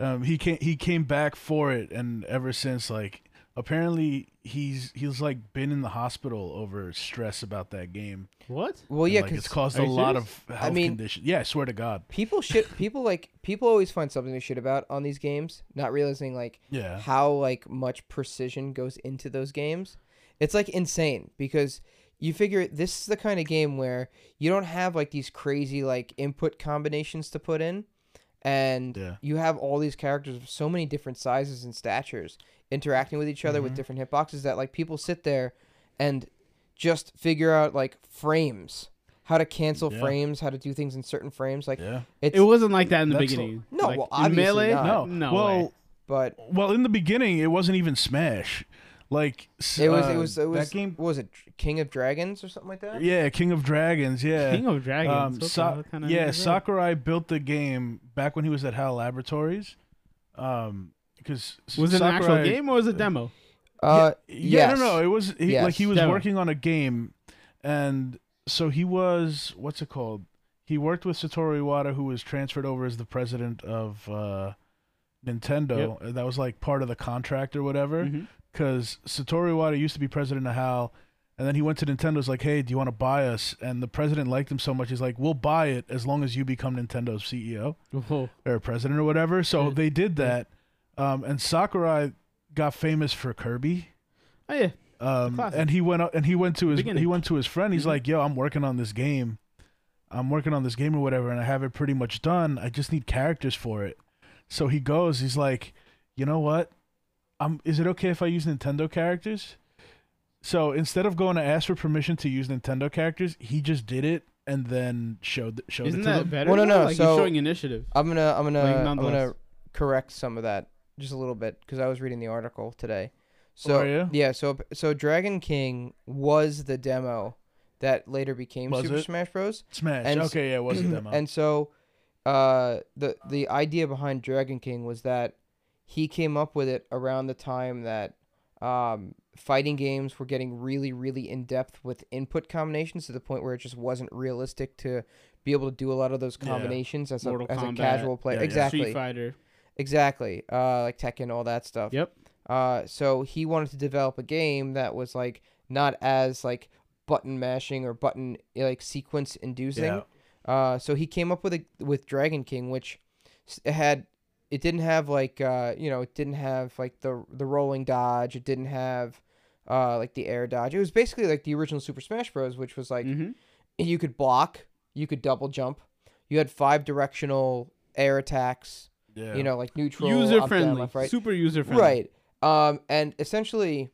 S3: um, he came he came back for it, and ever since, like, apparently he's he's like been in the hospital over stress about that game.
S1: What?
S2: Well,
S3: And,
S2: yeah,
S3: like,
S2: because
S3: it's caused
S1: Are
S3: a
S1: you
S3: lot
S1: serious?
S3: of health
S2: mean-
S3: conditions. Yeah, I swear to God.
S2: people shit. People like people always find something to shit about on these games, not realizing like
S3: Yeah.
S2: how like much precision goes into those games. It's like insane because you figure this is the kind of game where you don't have like these crazy like input combinations to put in and
S3: Yeah.
S2: you have all these characters of so many different sizes and statures interacting with each other
S3: Mm-hmm.
S2: with different hitboxes that like people sit there and just figure out like frames how to cancel
S3: Yeah.
S2: frames how to do things in certain frames like
S3: Yeah.
S2: it's
S1: It wasn't like that in the
S3: That's
S1: beginning.
S2: No,
S1: like,
S2: well,
S1: in
S2: obviously
S1: melee,
S2: not.
S3: No.
S1: no.
S3: well,
S1: way.
S2: but
S3: Well, in the beginning, it wasn't even Smash. Like s-
S2: it was
S3: uh,
S2: it was it was
S3: that game.
S2: what was it king of dragons or something like that
S3: Yeah, King of Dragons. Yeah,
S1: King of Dragons.
S3: Um,
S1: what the
S3: Sa-
S1: hell kind of name
S3: yeah,
S1: is that?
S3: Sakurai built the game back when he was at HAL Laboratories. Um, because
S1: Was it an actual game or was it a demo?
S2: uh
S3: Yeah,
S2: yes.
S3: no, no. It was he, like he
S2: Yes.
S3: was
S1: Demo.
S3: working on a game, and so he was what's it called? He worked with Satoru Iwata, who was transferred over as the president of uh, Nintendo. and That was like part of the contract or whatever.
S1: Mhm.
S2: Mm-hmm.
S3: because Satoru Iwata used to be president of HAL, and then he went to Nintendo's like, "Hey, do you want to buy us?" And the president liked him so much, he's like, "We'll buy it as long as you become Nintendo's CEO
S1: Whoa.
S3: or president or whatever." So
S1: Yeah.
S3: they did that, um, and Sakurai got famous for Kirby.
S1: Oh yeah.
S3: Um,
S1: classic.
S3: and he went up and he went to his
S1: Beginning. Mm-hmm.
S3: he went to his friend. He's like, "Yo, I'm working on this game. I'm working on this game or whatever, and I have it pretty much done. I just need characters for it." So he goes. He's like, "You know what? Um, is it okay if I use Nintendo characters?" So instead of going to ask for permission to use Nintendo characters, he just did it and then showed showed
S1: Isn't
S3: it to
S1: that
S3: them.
S1: better?
S2: Well, no,
S1: now?
S2: no,
S1: Like
S2: so-
S1: he's showing initiative.
S2: I'm gonna I'm
S3: Oh,
S2: gonna
S1: Like,
S2: I'm
S1: nonetheless.
S2: gonna correct some of that just a little bit because I was reading the article today.
S3: Oh,
S2: So
S3: are you?
S2: yeah, so so Dragon King was the demo that later became
S3: Was
S2: Super
S3: it?
S2: Smash Bros.
S3: Smash.
S2: and-
S3: okay, yeah, it was a demo.
S2: And so uh, the the idea behind Dragon King was that he came up with it around the time that um, fighting games were getting really really in depth with input combinations to the point where it just wasn't realistic to be able to do a lot of those
S3: Yeah.
S2: combinations as, a,
S1: Mortal
S2: as a
S1: Kombat.
S2: casual player.
S3: Yeah, yeah.
S2: exactly.
S1: Street Fighter.
S2: Exactly. Uh, like Tekken, all that stuff.
S1: Yep.
S2: Uh, so he wanted to develop a game that was like not as like button mashing or button like sequence inducing.
S3: Yeah.
S2: Uh, so he came up with a with Dragon King, which s- it had it didn't have like uh, you know it didn't have like the the rolling dodge. It didn't have uh, like the air dodge. It was basically like the original Super Smash Bros, which was like
S1: Mhm.
S2: you could block, you could double jump, you had five directional air attacks.
S3: Yeah.
S2: You know, like neutral,
S1: User
S2: up, down,
S1: friendly,
S2: left, right.
S1: super user friendly.
S2: Right. Um, and essentially,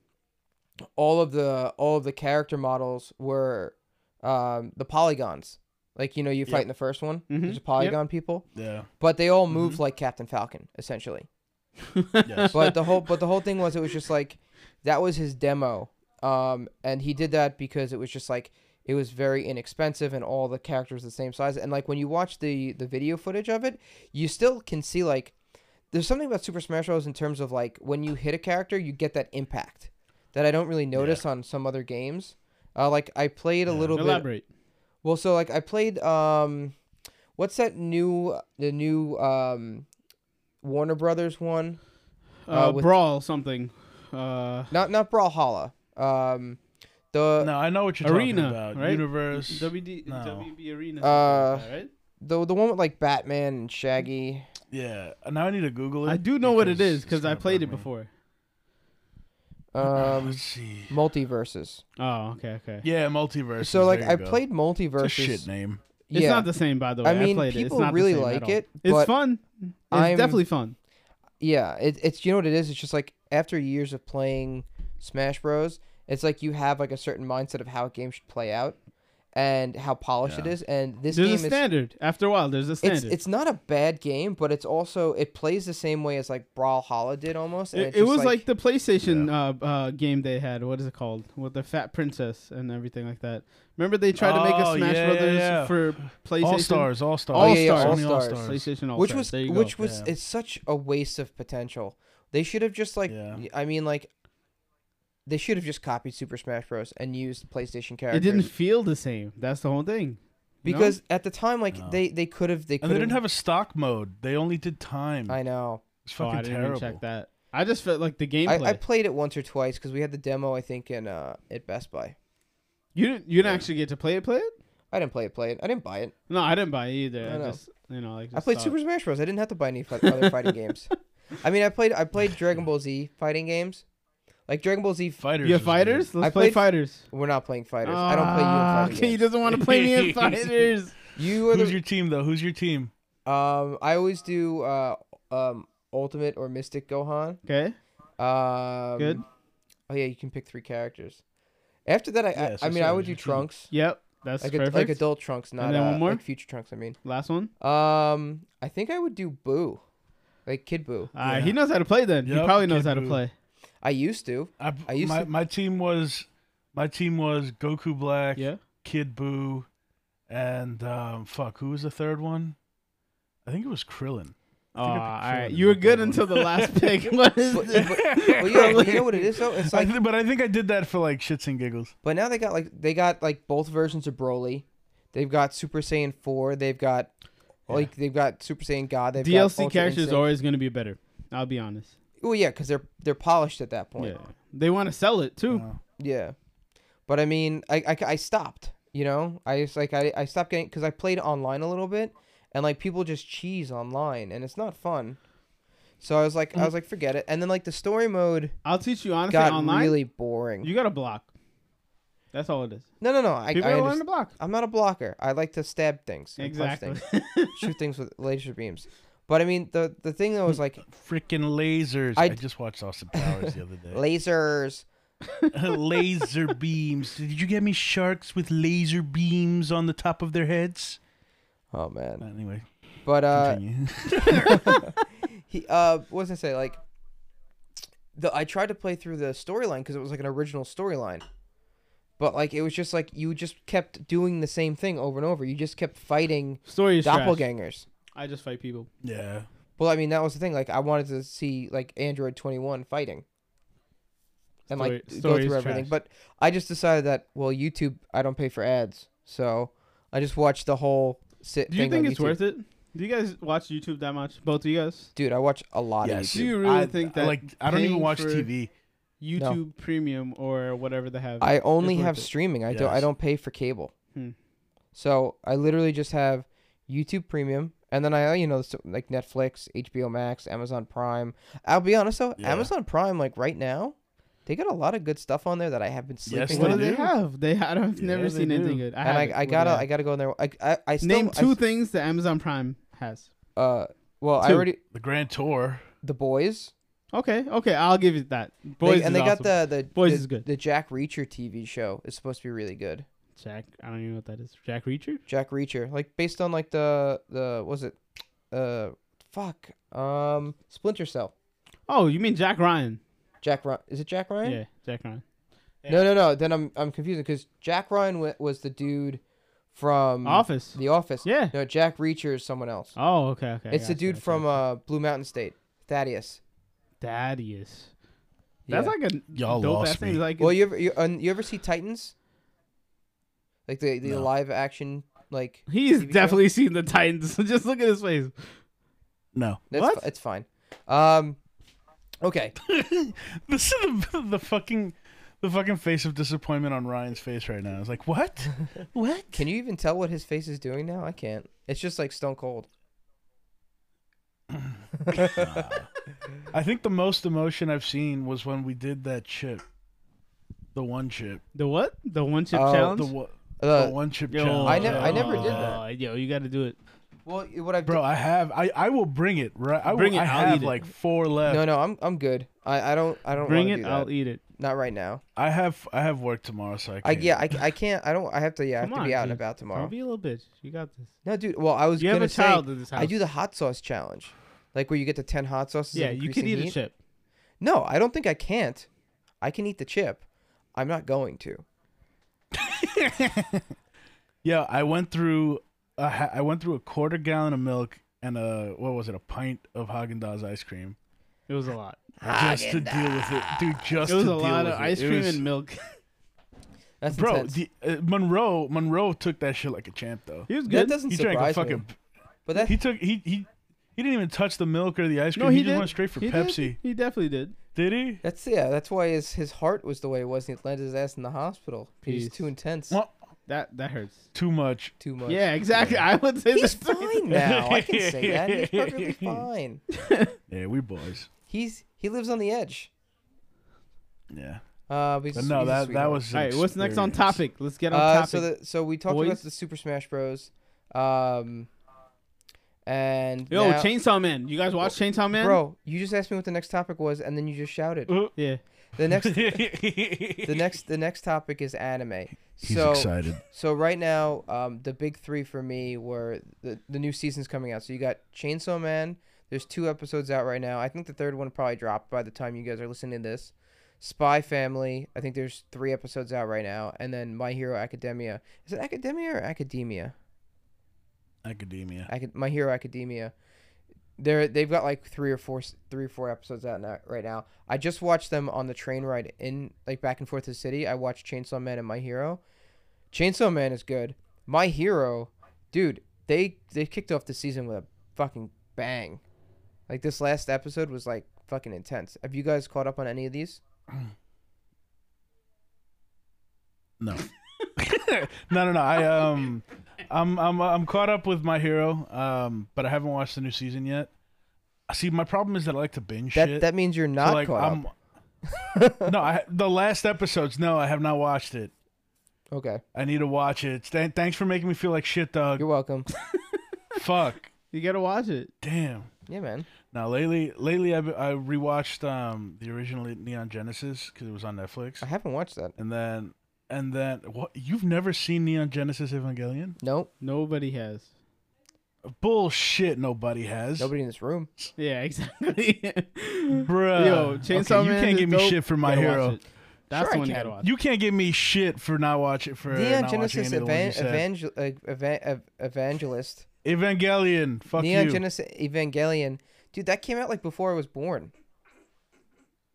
S2: all of the all of the character models were um, the polygons. Like you know, you fight
S3: Yep.
S2: in the first one,
S1: Mhm.
S2: there's a
S1: Yep. Mm-hmm.
S2: polygon people,
S3: Yeah.
S2: but they all moved like Captain Falcon essentially.
S3: Yes.
S2: But the whole but the whole thing was it was just like that was his demo, um, and he did that because it was just like it was very inexpensive and all the characters the same size. And like when you watch the the video footage of it, you still can see like there's something about Super Smash Bros. in terms of like when you hit a character, you get that impact that I don't really notice on some other games. Uh, like I played a
S3: Yeah.
S2: little bit.
S1: Elaborate.
S2: Well, so like I played um, what's that new the new um, Warner Brothers one?
S1: Uh,
S2: Uh, with-
S1: brawl something. Uh,
S2: Not not Brawlhalla. Um, the
S3: no, I know what you're
S1: Arena,
S3: talking about.
S1: right?
S3: Universe.
S1: WD,
S3: No.
S1: WB Arena.
S2: Uh,
S1: something like that, right?
S2: the the one with like Batman and Shaggy.
S3: yeah. uh, Now I need to Google it.
S1: I do know what it is
S3: it's
S1: because I
S3: gonna
S1: played
S3: bug
S1: it
S3: me.
S1: before.
S2: Um,
S3: Let's see.
S2: multiverses.
S1: Oh, okay, okay.
S3: Oh, Yeah, multiverse.
S2: So like
S3: there you
S2: I
S3: go.
S2: played
S3: It's a
S2: multiverses.
S3: shit name.
S1: It's
S2: yeah.
S1: not the same, by the way.
S2: I mean,
S1: played it. It's
S2: people
S1: not the
S2: really
S1: same at
S2: like
S1: all.
S2: it,
S1: It's
S2: but
S1: fun. It's
S2: I'm-
S1: definitely fun.
S2: Yeah, it, it's you know what it is. It's just like after years of playing Smash Bros, it's like you have like a certain mindset of how a game should play out and how polished it
S3: Yeah.
S2: is. And this
S1: There's a
S2: game is
S1: standard. After a while, there's a
S2: it's
S1: standard.
S2: it's not a bad game, but it's also it plays the same way as like Brawlhalla did almost. and
S1: it,
S2: it's
S1: it
S2: just
S1: was like, the PlayStation uh, uh, game they had. What is it called? With the fat princess and everything like that. Remember they tried to make
S3: Oh,
S1: a Smash
S3: yeah, yeah,
S1: Brothers
S3: yeah.
S1: for PlayStation.
S3: All stars. All stars.
S1: All Oh, yeah, yeah, Stars.
S3: Only
S2: All
S3: All
S2: Stars.
S3: stars.
S1: PlayStation All
S2: which
S1: Stars.
S2: was
S1: There you go.
S2: which was
S3: Yeah.
S2: it's such a waste of potential. They should have just like
S3: Yeah.
S2: I mean like they should have just copied Super Smash Bros and used PlayStation characters.
S1: It didn't feel the same. That's the whole thing. you know?
S2: because at the time like
S3: No.
S2: they they could have they could
S3: And they didn't have a stock mode. They only did time.
S2: I know.
S3: It's
S1: Oh,
S3: fucking
S1: I didn't
S3: terrible.
S1: Even check that. I just felt like the gameplay.
S2: I, I played it once or twice because we had the demo I think in uh at Best Buy.
S1: you didn't. You didn't actually get to play it. Play it.
S2: I didn't play it. Play it. I didn't buy it.
S1: No, I didn't buy it either.
S2: I
S1: I,
S2: know.
S1: just you know like
S2: I played
S1: just
S2: Super
S1: thought-
S2: Smash Bros. I didn't have to buy any fi- other fighting games. I mean, I played I played Dragon Ball Z fighting games, like Dragon Ball Z. F-
S3: Fighters.
S1: Yeah,
S3: was good.
S1: fighters. Let's
S2: I
S1: play
S2: played-
S1: fighters.
S2: we're not playing fighters. I don't play you in
S1: Ah,
S2: fighting
S1: okay, he
S2: games.
S1: doesn't want to play me in fighters.
S2: You are
S3: Who's
S2: the
S3: your team though? Who's your team?
S2: um. I always do uh um Ultimate or Mystic Gohan.
S1: Okay.
S2: Um,
S1: Good.
S2: Oh yeah, you can pick three characters. After that, I I-
S3: Yes,
S2: I,
S3: I
S2: mean
S3: saw
S2: I
S3: it.
S2: would do
S3: You can-
S2: Trunks,
S1: Yep. That's
S2: like ad-
S1: perfect.
S2: like adult Trunks, not
S1: then one
S2: uh,
S1: more?
S2: like future Trunks. I mean.
S1: Last one.
S2: Um, I think I would do Boo, like Kid Boo.
S1: Uh,
S3: Yeah.
S1: He knows how to play. Then he
S3: Yup,
S1: probably knows
S3: Kid
S1: how to
S3: Buu.
S1: play.
S2: I used to.
S3: I,
S2: I used
S3: my,
S2: to-
S3: my team was my team was Goku Black,
S1: Yeah.
S3: Kid Boo, and um, fuck, who was the third one? I think it was Krillin.
S1: Oh,
S3: I
S1: all
S3: picked
S1: right.
S3: Krillin
S1: You were
S3: as my third
S1: good
S3: one.
S1: until the last pick. What is
S2: But,
S1: this?
S2: but, but yeah, but you know what it is though. It's
S3: I
S2: like,
S3: thi- but I think I did that for like shits and giggles.
S2: but now they got like they got like both versions of Broly. They've got Super Saiyan four. They've got like they've got Super Saiyan God. They've got
S1: DLC
S2: Ultra
S1: characters
S2: Instinct.
S1: are always going to be better. I'll be honest.
S2: Well, yeah, because they're they're polished at that point.
S1: Yeah. They want to sell it too.
S3: Uh,
S2: Yeah, but I mean, I, I, I stopped. You know, I just like I, I stopped getting because I played online a little bit, and like people just cheese online, and it's not fun. So I was
S1: Mm.
S2: like, I was like, forget it. And then like the story mode
S1: I'll teach you honestly
S2: got
S1: online.
S2: really boring.
S1: You got to block. That's all it is.
S2: no, no, no. I,
S1: People
S2: I
S1: are
S2: underst-
S1: learning to block.
S2: I'm not a blocker. I like to stab things, and punch
S1: Exactly.
S2: things, shoot things with laser beams. But I mean, the the thing that was like
S3: Freaking lasers!
S2: I
S3: I,
S2: d-
S3: just watched Austin Powers the other day.
S2: lasers.
S3: laser beams. Did you get me sharks with laser beams on the top of their heads?
S2: Oh man.
S3: Anyway,
S2: But uh,
S3: continue.
S2: he uh what was I say like the I tried to play through the storyline because it was like an original storyline, but like it was just like you just kept doing the same thing over and over. You just kept fighting
S1: Story is trash.
S2: doppelgangers.
S1: I just fight people.
S3: yeah.
S2: Well, I mean that was the thing. Like I wanted to see like Android twenty one fighting. And like
S1: Story-
S2: go
S1: story
S2: through
S1: is
S2: everything,
S1: trash.
S2: but I just decided that well, YouTube I don't pay for ads, so I just watched the whole sit.
S1: Do you
S2: thing
S1: think
S2: on
S1: it's
S2: YouTube.
S1: worth it? Do you guys watch YouTube that much? Both of you guys?
S2: Dude, I watch a lot
S3: Yes.
S1: Do
S2: of YouTube.
S1: you really
S3: I
S1: think
S3: I
S1: that
S3: like I don't even
S1: paying
S3: watch
S1: for
S3: TV.
S1: YouTube Premium or whatever they have?
S2: I only
S1: It's worth
S2: have
S1: it.
S2: streaming. I don't I
S3: Yes.
S2: don't pay for cable.
S1: Hmm.
S2: So I literally just have YouTube Premium, and then I you know so- like Netflix, HBO Max, Amazon Prime. I'll be honest though,
S3: Yeah.
S2: Amazon Prime like right now, they got a lot of good stuff on there that I have been
S3: Yes,
S2: sleeping
S1: what
S3: they
S1: do they
S2: on.
S3: do.
S1: have? They I don't, I've
S3: Yeah,
S1: never
S3: they
S1: seen anything
S3: do.
S1: good. I
S2: And
S1: haven't.
S2: I, I
S1: What do
S2: gotta
S1: they
S2: I
S1: have?
S2: gotta go in there. I I, I still
S1: name
S2: I
S1: two
S2: s-
S1: things that Amazon Prime has.
S2: uh well I
S1: Two.
S2: already
S3: The Grand Tour.
S2: the boys.
S1: Okay, okay, I'll give you that.
S2: They-
S1: Boys
S2: and
S1: is
S2: they got
S1: awesome.
S2: the the
S1: Boys
S2: the,
S1: is good.
S2: the Jack Reacher TV show is supposed to be really good.
S1: Jack. I don't even know what that is. Jack Reacher.
S2: Jack Reacher, like based on like the the was it, uh, fuck, um, Splinter Cell.
S1: Oh, you mean Jack Ryan?
S2: Jack Ryan is it Jack Ryan?
S1: Yeah, Jack Ryan.
S2: No, no, no. Then I'm I'm confusing because Jack Ryan wa was the dude from
S1: Office.
S2: The Office.
S1: Yeah.
S2: No, Jack Reacher is someone else.
S1: Oh, okay, okay.
S2: it's the
S1: gotcha,
S2: dude
S1: okay.
S2: from uh Blue Mountain State, Thaddeus.
S1: Thaddeus. That's
S2: Yeah.
S1: like a
S3: Y'all
S1: dope
S3: lost
S1: ass name.
S3: me.
S1: Like,
S2: well, you ever you, um, you ever see Titans? Like the the
S3: No.
S2: live action like
S1: he's
S2: TV show?
S1: definitely seen the Titans. Just look at his face.
S3: No.
S2: That's
S1: What?
S2: fi- it's fine. Um, okay.
S3: This is the, the fucking the fucking face of disappointment on Ryan's face right now. It's like, "What? what?"
S2: Can you even tell what his face is doing now? I can't. It's just like stone cold.
S3: I think the most emotion I've seen was when we did that chip. The one chip.
S1: The what? The one chip
S2: Oh,
S1: challenge.
S3: The, wa-
S2: Uh,
S3: the one chip
S1: Yo,
S3: challenge.
S2: I never- I never did
S3: Oh,
S2: that.
S1: uh, Yo, you got to do it.
S2: well, what I've
S3: Bro, I have I, I will bring it. Right, I
S1: Bring
S3: will,
S1: it,
S3: I
S1: I'll
S3: have
S1: eat it.
S3: like four left.
S2: no, no, I'm I'm good. I, I don't I don't
S1: uh, Bring
S2: wanna do
S1: it.
S2: that.
S1: I'll eat it.
S2: Not right now.
S3: I have I have work tomorrow, so I
S2: I
S3: can't.
S2: yeah, I, I can't. I don't. I have to. Yeah, I have
S1: Come
S2: to be
S1: on,
S2: out and
S1: dude.
S2: about tomorrow.
S1: Don't be a little bitch. You got this.
S2: No, dude. Well, I was
S1: You have
S2: gonna
S1: a child
S2: say
S1: in this house.
S2: I do the hot sauce challenge, like where you get the ten hot sauces.
S1: Yeah,
S2: of
S1: you could
S2: increasing
S1: eat a
S2: heat.
S1: chip.
S2: No, I don't think I can't. I can eat the chip. I'm not going to.
S3: yeah. I went through a ha- I went through a quarter gallon of milk and a what was it a pint of Haagen Dazs ice cream
S1: It was a lot.
S3: just to deal with it, dude. Just
S1: It was
S3: to
S1: a
S3: deal
S1: lot
S3: with
S1: of
S3: it.
S1: ice
S3: It
S1: cream
S3: was-
S1: and milk.
S2: That's
S3: Bro,
S2: intense.
S3: the, uh, Monroe Monroe took that shit like a champ though.
S1: He was
S2: that
S1: good.
S2: doesn't
S3: He drank a
S2: surprise
S3: fucking.
S2: me. But that
S3: He took he he. He didn't even touch the milk or the ice cream.
S1: No, he,
S3: just
S1: did.
S3: went straight for
S1: He did.
S3: Pepsi.
S1: He definitely did.
S3: Did, he?
S2: that's yeah. That's why his his heart was the way it was, and he landed his ass in the hospital. He's
S1: Peace.
S2: too intense.
S3: Well,
S1: That that hurts.
S3: too much.
S2: Too much.
S1: Yeah, exactly. I would say that's
S2: He's fine now. I can say that. He's perfectly fine.
S3: Yeah, we boys.
S2: He's he lives on the edge.
S3: Yeah.
S2: Uh, but
S3: But
S2: he's a s- he's
S3: no,
S2: a
S3: that that
S2: sweetheart.
S3: was.
S1: All right, what's next on
S3: experience.
S1: topic? Let's get on
S2: Uh,
S1: topic.
S2: so the, so we talked about
S1: boys.
S2: the Super Smash Bros. Um, and
S1: Yo,
S2: now-
S1: Chainsaw Man. You guys watch Chainsaw Man?
S2: bro, you just asked me what the next topic was, and then you just shouted.
S1: Yeah.
S2: The next, the next, the next topic is anime.
S3: He's
S2: so
S3: excited.
S2: so right now, um, the big three for me were the the new seasons coming out. So you got Chainsaw Man. There's two episodes out right now. I think the third one probably dropped by the time you guys are listening to this. Spy Family. I think there's three episodes out right now, and then My Hero Academia. Is it Academia or Academia?
S3: Academia.
S2: Acad- My Hero Academia. They're they've got like three or four s- three or four episodes out now, right now. I just watched them on the train ride in like back and forth to the city. I watched Chainsaw Man and My Hero. Chainsaw Man is good. My Hero, dude, they they kicked off the season with a fucking bang. Like this last episode was like fucking intense. Have you guys caught up on any of these?
S3: No. no, no, no. I um, I'm I'm I'm caught up with My Hero, um, but I haven't watched the new season yet. See, my problem is that I like to binge
S2: That
S3: shit.
S2: that means you're
S3: So,
S2: not
S3: like,
S2: caught
S3: I'm-
S2: up.
S3: no, I the last episodes. No, I have not watched it.
S2: Okay,
S3: I need to watch it. Th- thanks for making me feel like shit, dog.
S2: you're welcome.
S3: Fuck.
S1: You gotta watch it.
S3: Damn.
S2: Yeah, man.
S3: Now lately, lately I I rewatched um the original Neon Genesis because it was on Netflix,
S2: I haven't watched that.
S3: and then and then what you've never seen Neon Genesis Evangelion?
S2: Nope.
S1: Nobody has.
S3: Bullshit. Nobody has.
S2: Nobody in this room.
S1: Yeah, exactly.
S3: Bruh.
S1: Yo, Chainsaw Man.
S3: Okay, You can't
S1: is
S3: give me
S1: dope.
S3: shit for my
S1: Gotta watch
S3: hero.
S1: it. That's
S2: Sure I
S1: the one you
S2: can.
S1: gotta watch.
S3: You can't give me shit for not watching for
S2: Neon
S3: not
S2: Genesis
S3: watching any
S2: evan-
S3: of the ones
S2: evangel- uh, evan- ev- Evangelist.
S3: you said. Evangelion. Fuck
S2: Neon
S3: you.
S2: Genesis Evangelion. Dude, that came out like before I was born.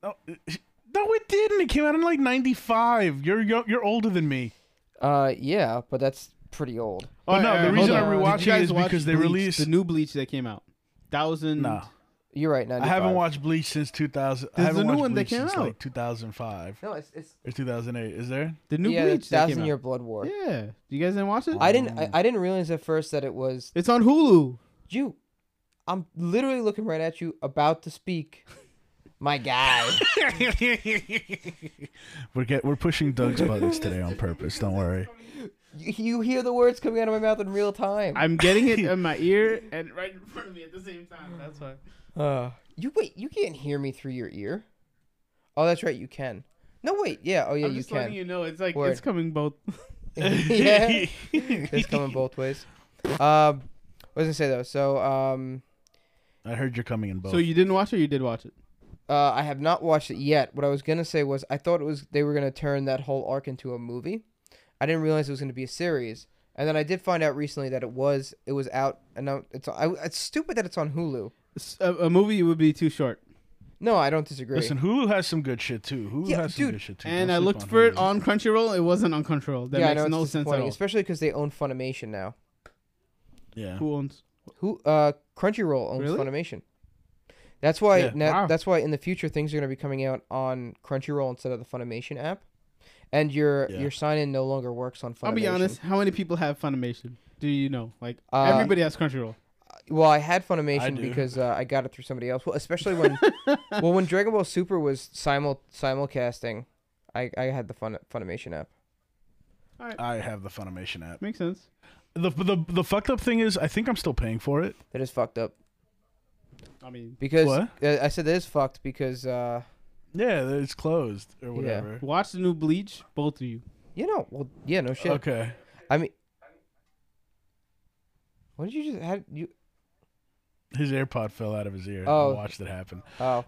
S3: no, no, it didn't. It came out in like '95. You're, you're you're older than me.
S2: Uh, yeah, but that's pretty old.
S3: But no, the reason
S1: hold
S3: I
S1: on.
S3: rewatch
S1: Did you guys
S3: it is
S1: watch
S3: because they
S1: Bleach,
S3: released-
S1: the new Bleach that came out. Thousand.
S3: Nah.
S2: You're right. 95.
S3: I haven't watched Bleach since 2000. I
S1: There's
S3: haven't
S1: a new
S3: watched
S1: one that
S3: Bleach
S1: came
S3: since
S1: out.
S3: like 2005
S2: No, it's it's
S3: or 2008. Is there?
S1: The new
S2: yeah, the
S1: Bleach that
S2: Thousand
S1: came
S2: Year
S1: out.
S2: Blood War.
S1: Yeah, you guys didn't watch it?
S2: I didn't I, I didn't realize at first that it was
S1: It's on Hulu.
S2: you. I'm literally looking right at you, about to speak. My guy.
S3: We're get we're pushing Doug's buttons today on purpose. Don't worry.
S2: you, you hear the words coming out of my mouth in real time.
S1: I'm getting it in my ear and right in front of me at the same time. That's why.
S2: Uh, you wait. You can't hear me through your ear. Oh, that's right. You can. No, wait. Yeah. Oh, yeah.
S1: I'm
S2: you
S1: just
S2: can.
S1: letting you know it's like
S2: Word.
S1: it's coming both.
S2: yeah. It's coming both ways. Um, what was I gonna say though? So, um,
S3: I heard you're coming in both.
S1: So you didn't watch it? You did watch it.
S2: uh, I have not watched it yet. What I was gonna say was I thought it was they were gonna turn that whole arc into a movie. I didn't realize it was gonna be a series. And then I did find out recently that it was it was out and now it's I, it's stupid that it's on Hulu.
S1: S- uh, A, a movie would be too short.
S2: No, I don't disagree.
S3: Listen, Hulu has some good shit too. Hulu
S2: Yeah,
S3: has some
S2: dude.
S3: good shit too.
S1: And
S3: Don't
S1: I
S3: sleep
S1: looked for it
S3: Hulu.
S1: on Crunchyroll. It wasn't on Crunchyroll. That
S2: yeah, I
S1: makes
S2: know
S1: no
S2: it's
S1: sense at
S2: disappointing,
S1: all.
S2: especially because they own Funimation now.
S3: Yeah.
S1: Who owns?
S2: Who uh Crunchyroll owns
S1: Really?
S2: Funimation. That's why
S3: Yeah.
S2: now,
S1: Wow.
S2: that's why in the future things are going to be coming out on Crunchyroll instead of the Funimation app. And your
S3: Yeah.
S2: your sign in no longer works on Funimation.
S1: I'll be honest. How many people have Funimation? Do you know? Like
S2: Uh,
S1: everybody has Crunchyroll.
S2: Well, I had
S3: I
S2: Funimation
S3: do.
S2: because uh, I got it through somebody else. Well, especially when well when Dragon Ball Super was simul simulcasting, I I had the Fun Funimation app.
S3: I have the Funimation app.
S1: Makes sense.
S3: The, the the fucked up thing is, I think I'm still paying for it.
S2: That is fucked up
S1: I mean,
S2: because
S3: What?
S2: Uh, I said that is fucked because uh
S3: Yeah, it's closed or whatever.
S1: watch the new Bleach, both of you.
S2: you know well yeah no shit
S3: Okay.
S2: I mean what did you just how did you
S3: His AirPod fell out of his ear.
S2: Oh.
S3: I watched it happen.
S2: Oh.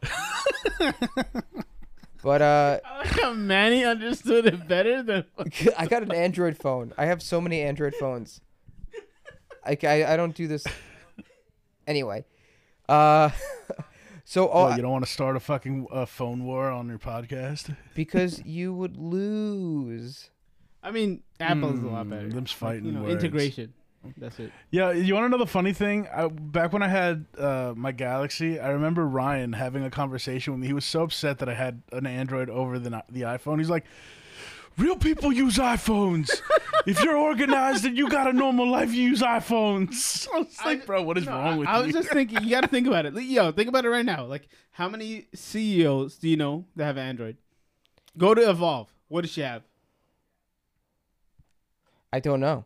S2: but uh
S1: I like how Manny understood it better than.
S2: I got an Android phone. I have so many Android phones. I ca- I, I don't do this anyway. Uh so oh,
S3: Oh, you don't want to start a fucking uh, phone war on your podcast?
S2: because you would lose.
S1: I mean, Apple's a lot
S3: Mm,
S1: better.
S3: them's fighting
S1: you know,
S3: words.
S1: integration. That's it.
S3: Yeah, you want to know the funny thing? I, back when I had uh, my Galaxy, I remember Ryan having a conversation with me. He was so upset that I had an Android over the the iPhone. He's like, "Real people use iPhones. if you're organized and you got a normal life, you use iPhones." I was like, "Bro, what is
S1: No,
S3: wrong
S1: I-
S3: with
S1: I
S3: you?"
S1: was just thinking. You got to think about it. Like, Yo, think about it right now. Like, how many CEOs do you know that have Android? Go to Evolve. What does she have?
S2: I don't know.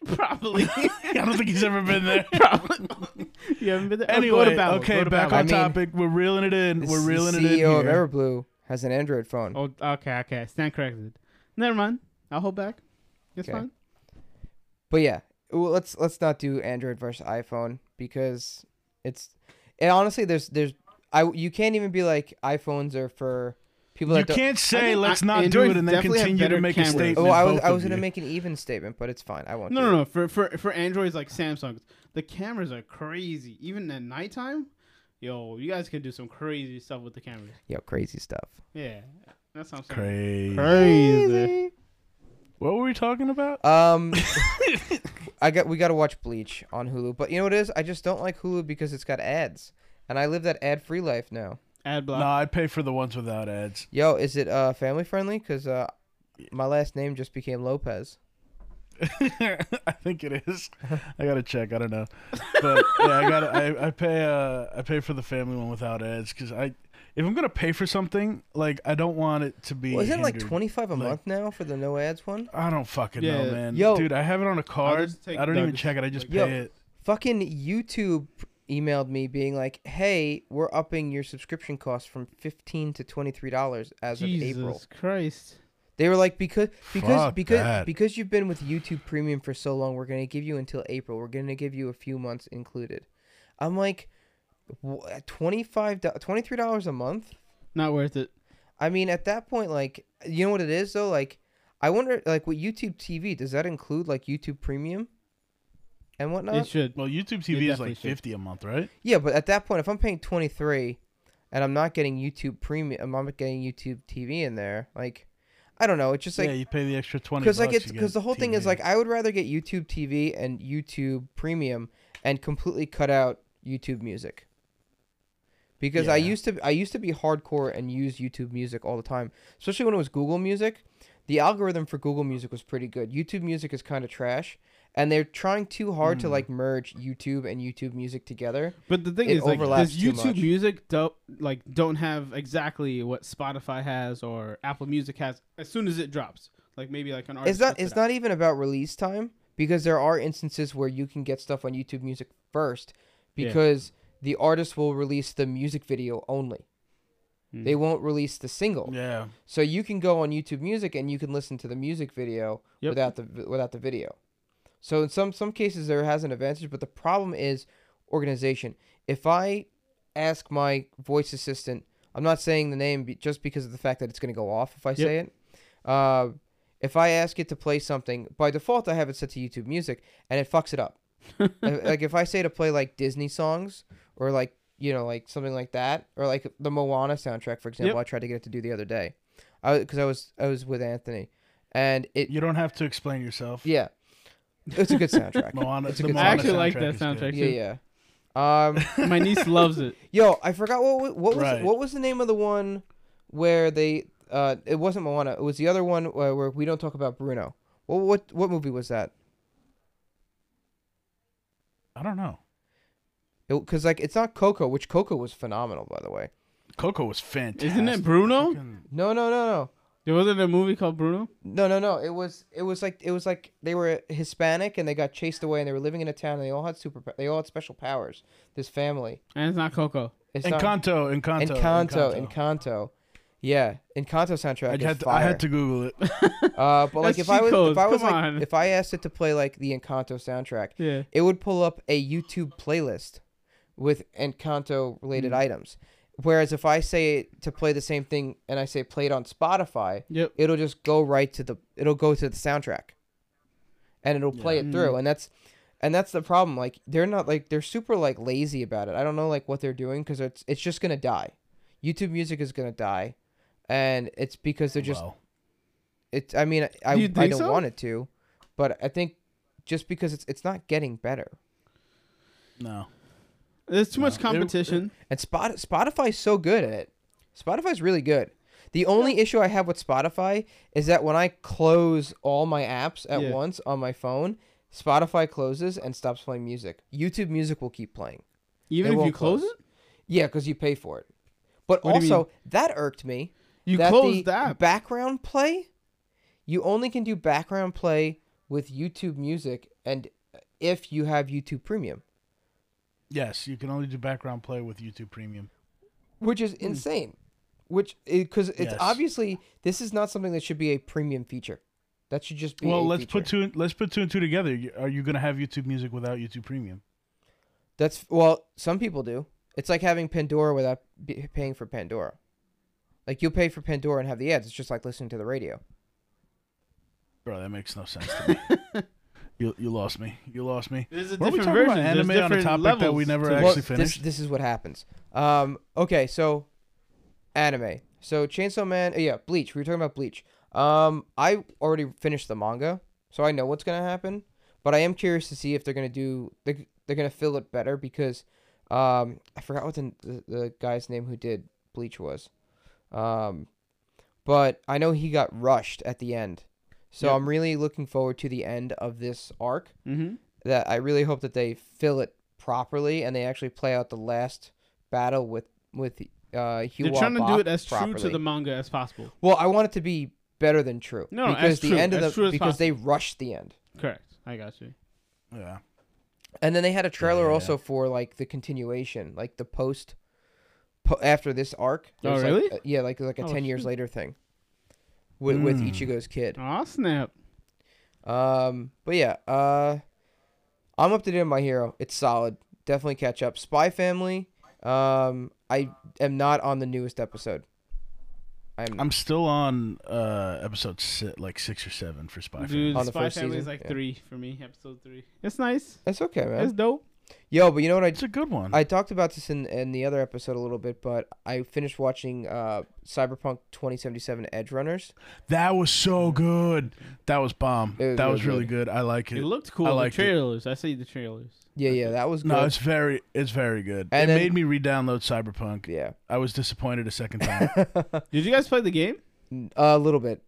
S1: Probably.
S3: I don't think he's ever been there.
S1: Probably. you haven't been there. Oh, go
S3: Anyway,
S1: to Babbel.
S3: okay,
S1: Go to
S3: back
S1: Babbel.
S3: on
S2: I mean,
S3: topic. We're reeling it in.
S2: The
S3: We're
S2: c-
S3: reeling it in.
S2: CEO
S3: here.
S2: of Everblue has an Android phone.
S1: Oh, okay, okay. Stand corrected. Never mind. I'll hold back. It's
S2: Okay.
S1: fine.
S2: But yeah, well, let's let's not do Android versus iPhone because it's and honestly there's there's I you can't even be like iPhones are for people
S3: You
S2: that don't.
S3: can't say
S1: think
S3: let's
S1: I-
S3: not do
S1: Androids
S3: it and then
S1: definitely have
S3: continue to
S1: better
S3: make a
S1: cameras.
S3: statement.
S1: Oh,
S2: Oh, I was
S3: both
S2: I
S3: of
S2: was gonna
S3: you.
S2: make an even statement, but it's fine. I won't.
S1: No,
S2: do
S1: no,
S2: it.
S1: no. For for for Androids like Samsung, the cameras are crazy. Even at nighttime, yo, you guys can do some crazy stuff with the cameras.
S2: Yo, crazy stuff.
S1: Yeah, that's what I'm saying.
S3: Crazy.
S1: Crazy.
S3: What were we talking about?
S2: Um, I got we got to watch Bleach on Hulu, but you know what it is? I just don't like Hulu because it's got ads, and I live that ad-free life now.
S1: Ad block.
S3: No, I'd pay for the ones without ads.
S2: Yo, is it uh family friendly? Cause uh, my last name just became Lopez.
S3: I think it is. I gotta check. I don't know, but yeah, I gotta. I, I pay. Uh, I pay for the family one without ads because I, if I'm gonna pay for something, like I don't want it to be.
S2: Well, isn't it like
S3: hindered.
S2: twenty five a
S3: Like-
S2: month now for the no ads one?
S3: I don't fucking
S1: Yeah.
S3: know, man.
S2: Yo.
S3: dude, I have it on a card.
S1: just take
S3: I don't even
S1: Doug's.
S3: check it. I just pay
S2: Yo.
S3: it.
S2: Fucking YouTube emailed me being like, "Hey, we're upping your subscription cost from fifteen to twenty three dollars as
S1: Jesus
S2: of April."
S1: Christ.
S2: They were like because because
S3: Fuck
S2: because
S3: that.
S2: because you've been with YouTube Premium for so long, we're gonna give you until April. We're gonna give you a few months included. I'm like, twenty five, twenty three dollars a month.
S1: Not worth it.
S2: I mean, at that point, like, you know what it is though. Like, I wonder, like, with YouTube TV, does that include like YouTube Premium and whatnot?
S1: it should.
S3: Well, YouTube TV is
S1: definitely
S3: like
S1: should.
S3: fifty a month, right?
S2: Yeah, but at that point, if I'm paying twenty three, and I'm not getting YouTube Premium, I'm not getting YouTube TV in there. Like, I don't know. It's just like
S3: yeah, you pay the extra twenty.
S2: because like
S3: bucks,
S2: it's
S3: you get
S2: because the whole thing is
S3: TV.
S2: like I would rather get YouTube TV and YouTube Premium and completely cut out YouTube Music. Because I
S3: Yeah.
S2: used to I used to be hardcore and use YouTube Music all the time, especially when it was Google Music. The algorithm for Google Music was pretty good. YouTube Music is kind of trash, and they're trying too hard to
S3: Mm.
S2: like merge YouTube and YouTube Music together.
S1: But the thing
S2: It
S1: is, like,
S2: overlaps
S1: does
S2: too
S1: YouTube
S2: much.
S1: Music don't like don't have exactly what Spotify has or Apple Music has as soon as it drops? Like maybe like an artist.
S2: It's not
S1: puts it
S2: it's
S1: out.
S2: not even about release time because there are instances where you can get stuff on YouTube Music first
S1: Yeah.
S2: because the artist will release the music video only. They won't release the single.
S3: yeah,
S2: So you can go on YouTube Music and you can listen to the music video
S1: Yep.
S2: without the without the video. So in some some cases there has an advantage, but the problem is organization. If I ask my voice assistant, I'm not saying the name be- just because of the fact that it's going to go off if I say it. Uh, if I ask it to play something, by default I have it set to YouTube Music, and it fucks it up. Uh, like if I say to play like Disney songs or like you know like something like that or like the Moana soundtrack for
S1: Yep.
S2: example, I tried to get it to do the other day, I because I was I was with Anthony, and it
S3: you don't have to explain yourself.
S2: yeah, it's a good soundtrack.
S3: Moana,
S2: It's a
S3: the
S2: good
S1: I
S3: Moana
S1: actually like
S3: soundtrack
S1: that
S3: is good.
S1: soundtrack.
S2: yeah, yeah. Um,
S1: too. My niece loves it.
S2: yo, I forgot what wa- what was
S3: Right.
S2: what was the name of the one where they uh it wasn't Moana, it was the other one where, where we don't talk about Bruno. What what what movie was that?
S3: I don't know.
S2: Because like it's not Coco, which Coco was phenomenal by the way.
S3: Coco was fantastic.
S1: Isn't it Bruno?
S3: Fucking-
S2: No no no no.
S1: There wasn't a movie called Bruno.
S2: No, no, no. It was it was like it was like they were Hispanic and they got chased away and they were living in a town and they all had super they all had special powers. This family.
S1: And it's not Coco.
S2: It's not
S3: Encanto, Encanto,
S2: Encanto, Encanto. Yeah, Encanto soundtrack.
S3: I
S2: is
S3: had to, I
S2: fire.
S3: had to Google it.
S2: Uh, but like
S1: That's
S2: if I
S1: cheat
S2: was if
S1: codes,
S2: I was
S1: come
S2: like
S1: on.
S2: if I asked it to play like the Encanto soundtrack,
S1: Yeah.
S2: it would pull up a YouTube playlist with Encanto related items. Whereas if I say to play the same thing and I say play it on Spotify,
S1: Yep.
S2: it'll just go right to the it'll go to the soundtrack and it'll play it
S1: Mm.
S2: through and that's and that's the problem like they're not like they're super like lazy about it i don't know like what they're doing because it's it's just gonna die youtube music is gonna die and it's because they're just
S3: Wow.
S2: it's i mean i,
S1: Do
S2: I
S1: you
S2: don't
S1: think so?
S2: want it to but i think just because it's it's not getting better
S3: no.
S1: There's too much
S3: No. It-
S1: competition.
S2: And Spot- Spotify's so good at it. Spotify's really good. The only issue I have with Spotify is that when I close all my apps at
S1: Yeah.
S2: once on my phone, Spotify closes and stops playing music. YouTube music will keep playing.
S1: Even
S2: It
S1: if you
S2: won't
S1: close it,
S2: Yeah, because you pay for it. But
S1: What do you
S2: also, that irked me.
S1: you
S2: that
S1: close
S2: the
S1: that.
S2: Background play? You only can do background play with YouTube music and if you have YouTube Premium,
S3: Yes, you can only do background play with YouTube Premium.
S2: which is insane. Which because it's
S3: Hmm. Yes.
S2: obviously this is not something that should be a premium feature. That should just be. a
S3: Well, let's
S2: feature.
S3: put two and- let's put two and two together. You- Are you going to have YouTube Music without YouTube Premium?
S2: That's well, some people do. It's like having Pandora without b- paying for Pandora. Like you'll pay for Pandora and have the ads. It's just like listening to the radio.
S3: Bro, that makes no sense to me. you you lost me. You lost me.
S1: There's a
S3: Were we
S1: different
S3: talking
S1: version.
S3: about anime on a
S1: There's different
S3: topic that
S1: levels
S3: we never
S1: to-
S3: actually-
S2: Well,
S3: finished?
S2: This, this is what happens. Um, okay, so anime. So Chainsaw Man. uh, Yeah, Bleach. We were talking about Bleach. Um, I already finished the manga, so I know what's gonna happen. But I am curious to see if they're gonna do. They're, they're gonna fill it better because, um, I forgot what the, the the guy's name who did Bleach was. Um, but I know he got rushed at the end, so
S1: Yep.
S2: I'm really looking forward to the end of this arc
S1: Mhm.
S2: that I really hope that they fill it properly and they actually play out the last battle with with uh
S1: They're
S2: Hugh
S1: trying to do it as true to the manga as possible.
S2: Well, I want it to be better than true.
S1: No, no,
S2: because
S1: as
S2: the
S1: true-
S2: end of
S1: as
S2: the
S1: true as
S2: because they rushed the end.
S1: Correct. I got you.
S3: Yeah.
S2: And then they had a trailer
S3: yeah, yeah.
S2: also for like the continuation, like the post po- after this arc.
S1: Oh,
S2: There's,
S1: really?
S2: Like, uh, yeah, like like a
S1: Oh,
S2: ten years
S1: shoot.
S2: later thing. With with
S3: Mm.
S2: Ichigo's kid.
S1: Oh snap!
S2: Um, but yeah, uh, I'm up to date on My Hero. It's solid. Definitely catch up. Spy Family. Um, I am not on the newest episode. I'm,
S3: I'm still on uh episode si- like 6 or 7 for Spy Family.
S1: Dude,
S2: On the
S1: Spy
S2: first
S1: Family is
S2: season?
S1: like
S2: Yeah.
S1: three for me. Episode three. It's nice.
S2: That's okay, man.
S1: It's dope.
S2: Yo, but you know what I
S3: It's a good one.
S2: I talked about this in, in the other episode a little bit, but I finished watching uh, Cyberpunk 2077 Edge Runners.
S3: that was so good. That was bomb.
S2: It was
S3: that
S2: really
S3: was really good. I like it.
S1: It looked cool.
S3: I
S1: the
S3: liked it.
S1: trailers. I see the trailers.
S2: Yeah, yeah, that was good.
S3: No, it's very it's very good.
S2: And
S3: it
S2: then-
S3: made me re-download Cyberpunk.
S2: yeah,
S3: I was disappointed a second time.
S1: Did you guys play the game?
S2: a little bit.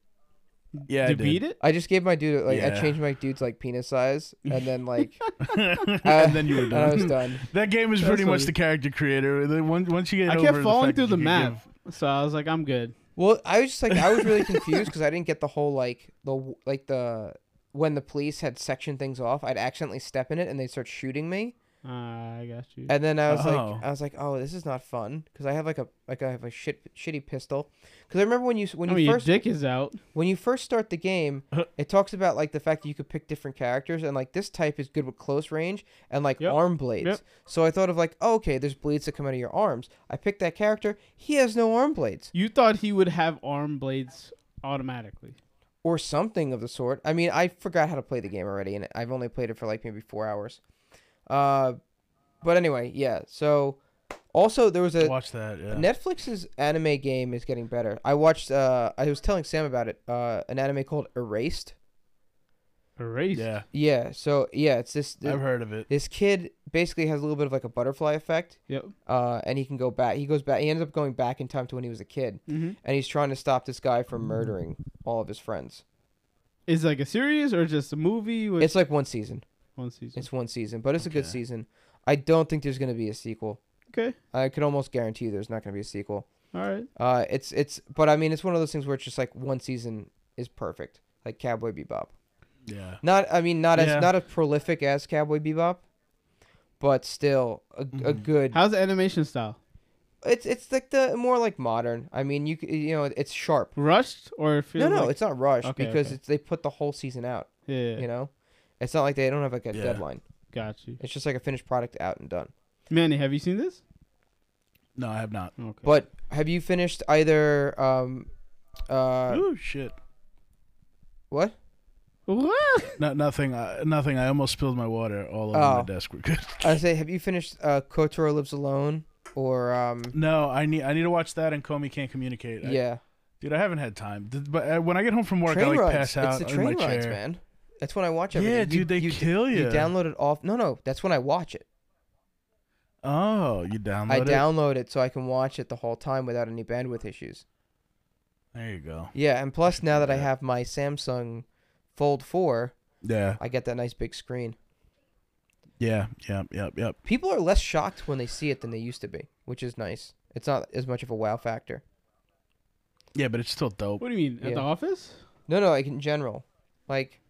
S3: yeah, I
S1: Did you
S3: did.
S1: beat it?
S2: I just gave my dude like I
S3: Yeah.
S2: changed my dude's like penis size, and then like
S3: and then you were
S2: and I was
S3: done.
S2: done.
S3: That game is pretty
S1: That's
S3: much
S1: funny.
S3: the character creator. The one- Once you get
S1: I
S3: over
S1: kept
S3: the
S1: falling
S3: fact
S1: through
S3: that
S1: the
S3: you
S1: map,
S3: give-
S1: so I was like, I'm good.
S2: Well, I was just like I was really confused because I didn't get the whole like the w- like the when the police had sectioned things off, I'd accidentally step in it and they start shooting me,
S1: Uh, I got you.
S2: and then I was
S3: Oh.
S2: like I was like oh this is not fun because I have like a like I have a shit shitty pistol because I remember when you s- when
S1: I
S2: you
S1: mean, your
S2: first
S1: dick is out.
S2: when you first start the game, it talks about like the fact that you could pick different characters and like this type is good with close range and like
S1: Yep.
S2: arm blades.
S1: Yep.
S2: So I thought of like, oh, okay, there's blades that come out of your arms. I picked that character. He has no arm blades
S1: You thought he would have arm blades automatically.
S2: or something of the sort. I mean, I forgot how to play the game already, and I've only played it for like maybe four hours. Uh, but anyway, yeah. So also there was a
S3: Watch that. Yeah.
S2: Netflix's anime game is getting better. I watched. Uh, I was telling Sam about it. Uh, an anime called Erased.
S1: Erased.
S3: yeah,
S2: Yeah. So yeah, it's this.
S3: I've heard of it.
S2: this kid basically has a little bit of like a butterfly effect
S1: Yep.
S2: uh, and he can go back he goes back he ends up going back in time to when he was a kid
S1: Mm-hmm.
S2: and he's trying to stop this guy from
S3: Hmm.
S2: murdering all of his friends
S1: Is it like a series or just a movie with
S2: it's like one season
S1: one season?
S2: it's one season but it's a good
S3: Okay.
S2: season i don't think there's going to be a sequel
S1: Okay.
S2: i could almost guarantee you there's not going to be a sequel
S1: All right.
S2: uh, it's it's but i mean it's one of those things where it's just like one season is perfect like cowboy bebop
S3: Yeah.
S2: not i mean not
S3: Yeah.
S2: as not as prolific as cowboy bebop but still a, a
S1: Mm-hmm.
S3: Mhm.
S2: good
S1: How's the animation style?
S2: It's it's like the more like modern. I mean, you c- you know, it's sharp.
S1: Rushed or feel
S2: No, no,
S1: like-
S2: it's not rushed
S1: Okay,
S2: because
S1: okay.
S2: it's they put the whole season out.
S1: yeah,
S2: You know, it's not like they don't have like a
S3: Yeah.
S2: deadline.
S1: got you.
S2: It's just like a finished product out and done.
S1: Manny, have you seen this?
S3: No, I have not.
S1: Okay.
S2: But have you finished either? Um, uh,
S3: oh shit.
S2: what?
S1: what?
S3: Not nothing. Uh, nothing. I almost spilled my water all over my
S2: Oh.
S3: desk. We're good.
S2: I say, have you finished uh, Kotoro Lives Alone or um?
S3: No, I need. I need to watch that. And Comey can't communicate. I-
S2: Yeah,
S3: dude, I haven't had time. Th- But uh, when I get home from work,
S2: train
S3: I like
S2: rides.
S3: pass out
S2: it's the
S3: in my
S2: train rides,
S3: chair.
S2: man. That's when I watch everything.
S3: Yeah,
S2: You-
S3: dude, they
S2: you,
S3: kill you.
S2: You download it off. No, no, that's when I watch it.
S3: oh, you download
S2: I
S3: it.
S2: download it so I can watch it the whole time without any bandwidth issues.
S3: There you go.
S2: Yeah, and plus
S3: should
S2: now
S3: do
S2: that I
S3: that.
S2: have my Samsung Fold 4,
S3: Yeah.
S2: I get that nice big screen.
S3: Yeah. Yep. Yep. Yep.
S2: People are less shocked when they see it than they used to be, which is nice. It's not as much of a wow factor.
S3: Yeah, but it's still dope.
S1: What do you mean? At
S2: Yeah.
S1: the office?
S2: No, no, like in general. Like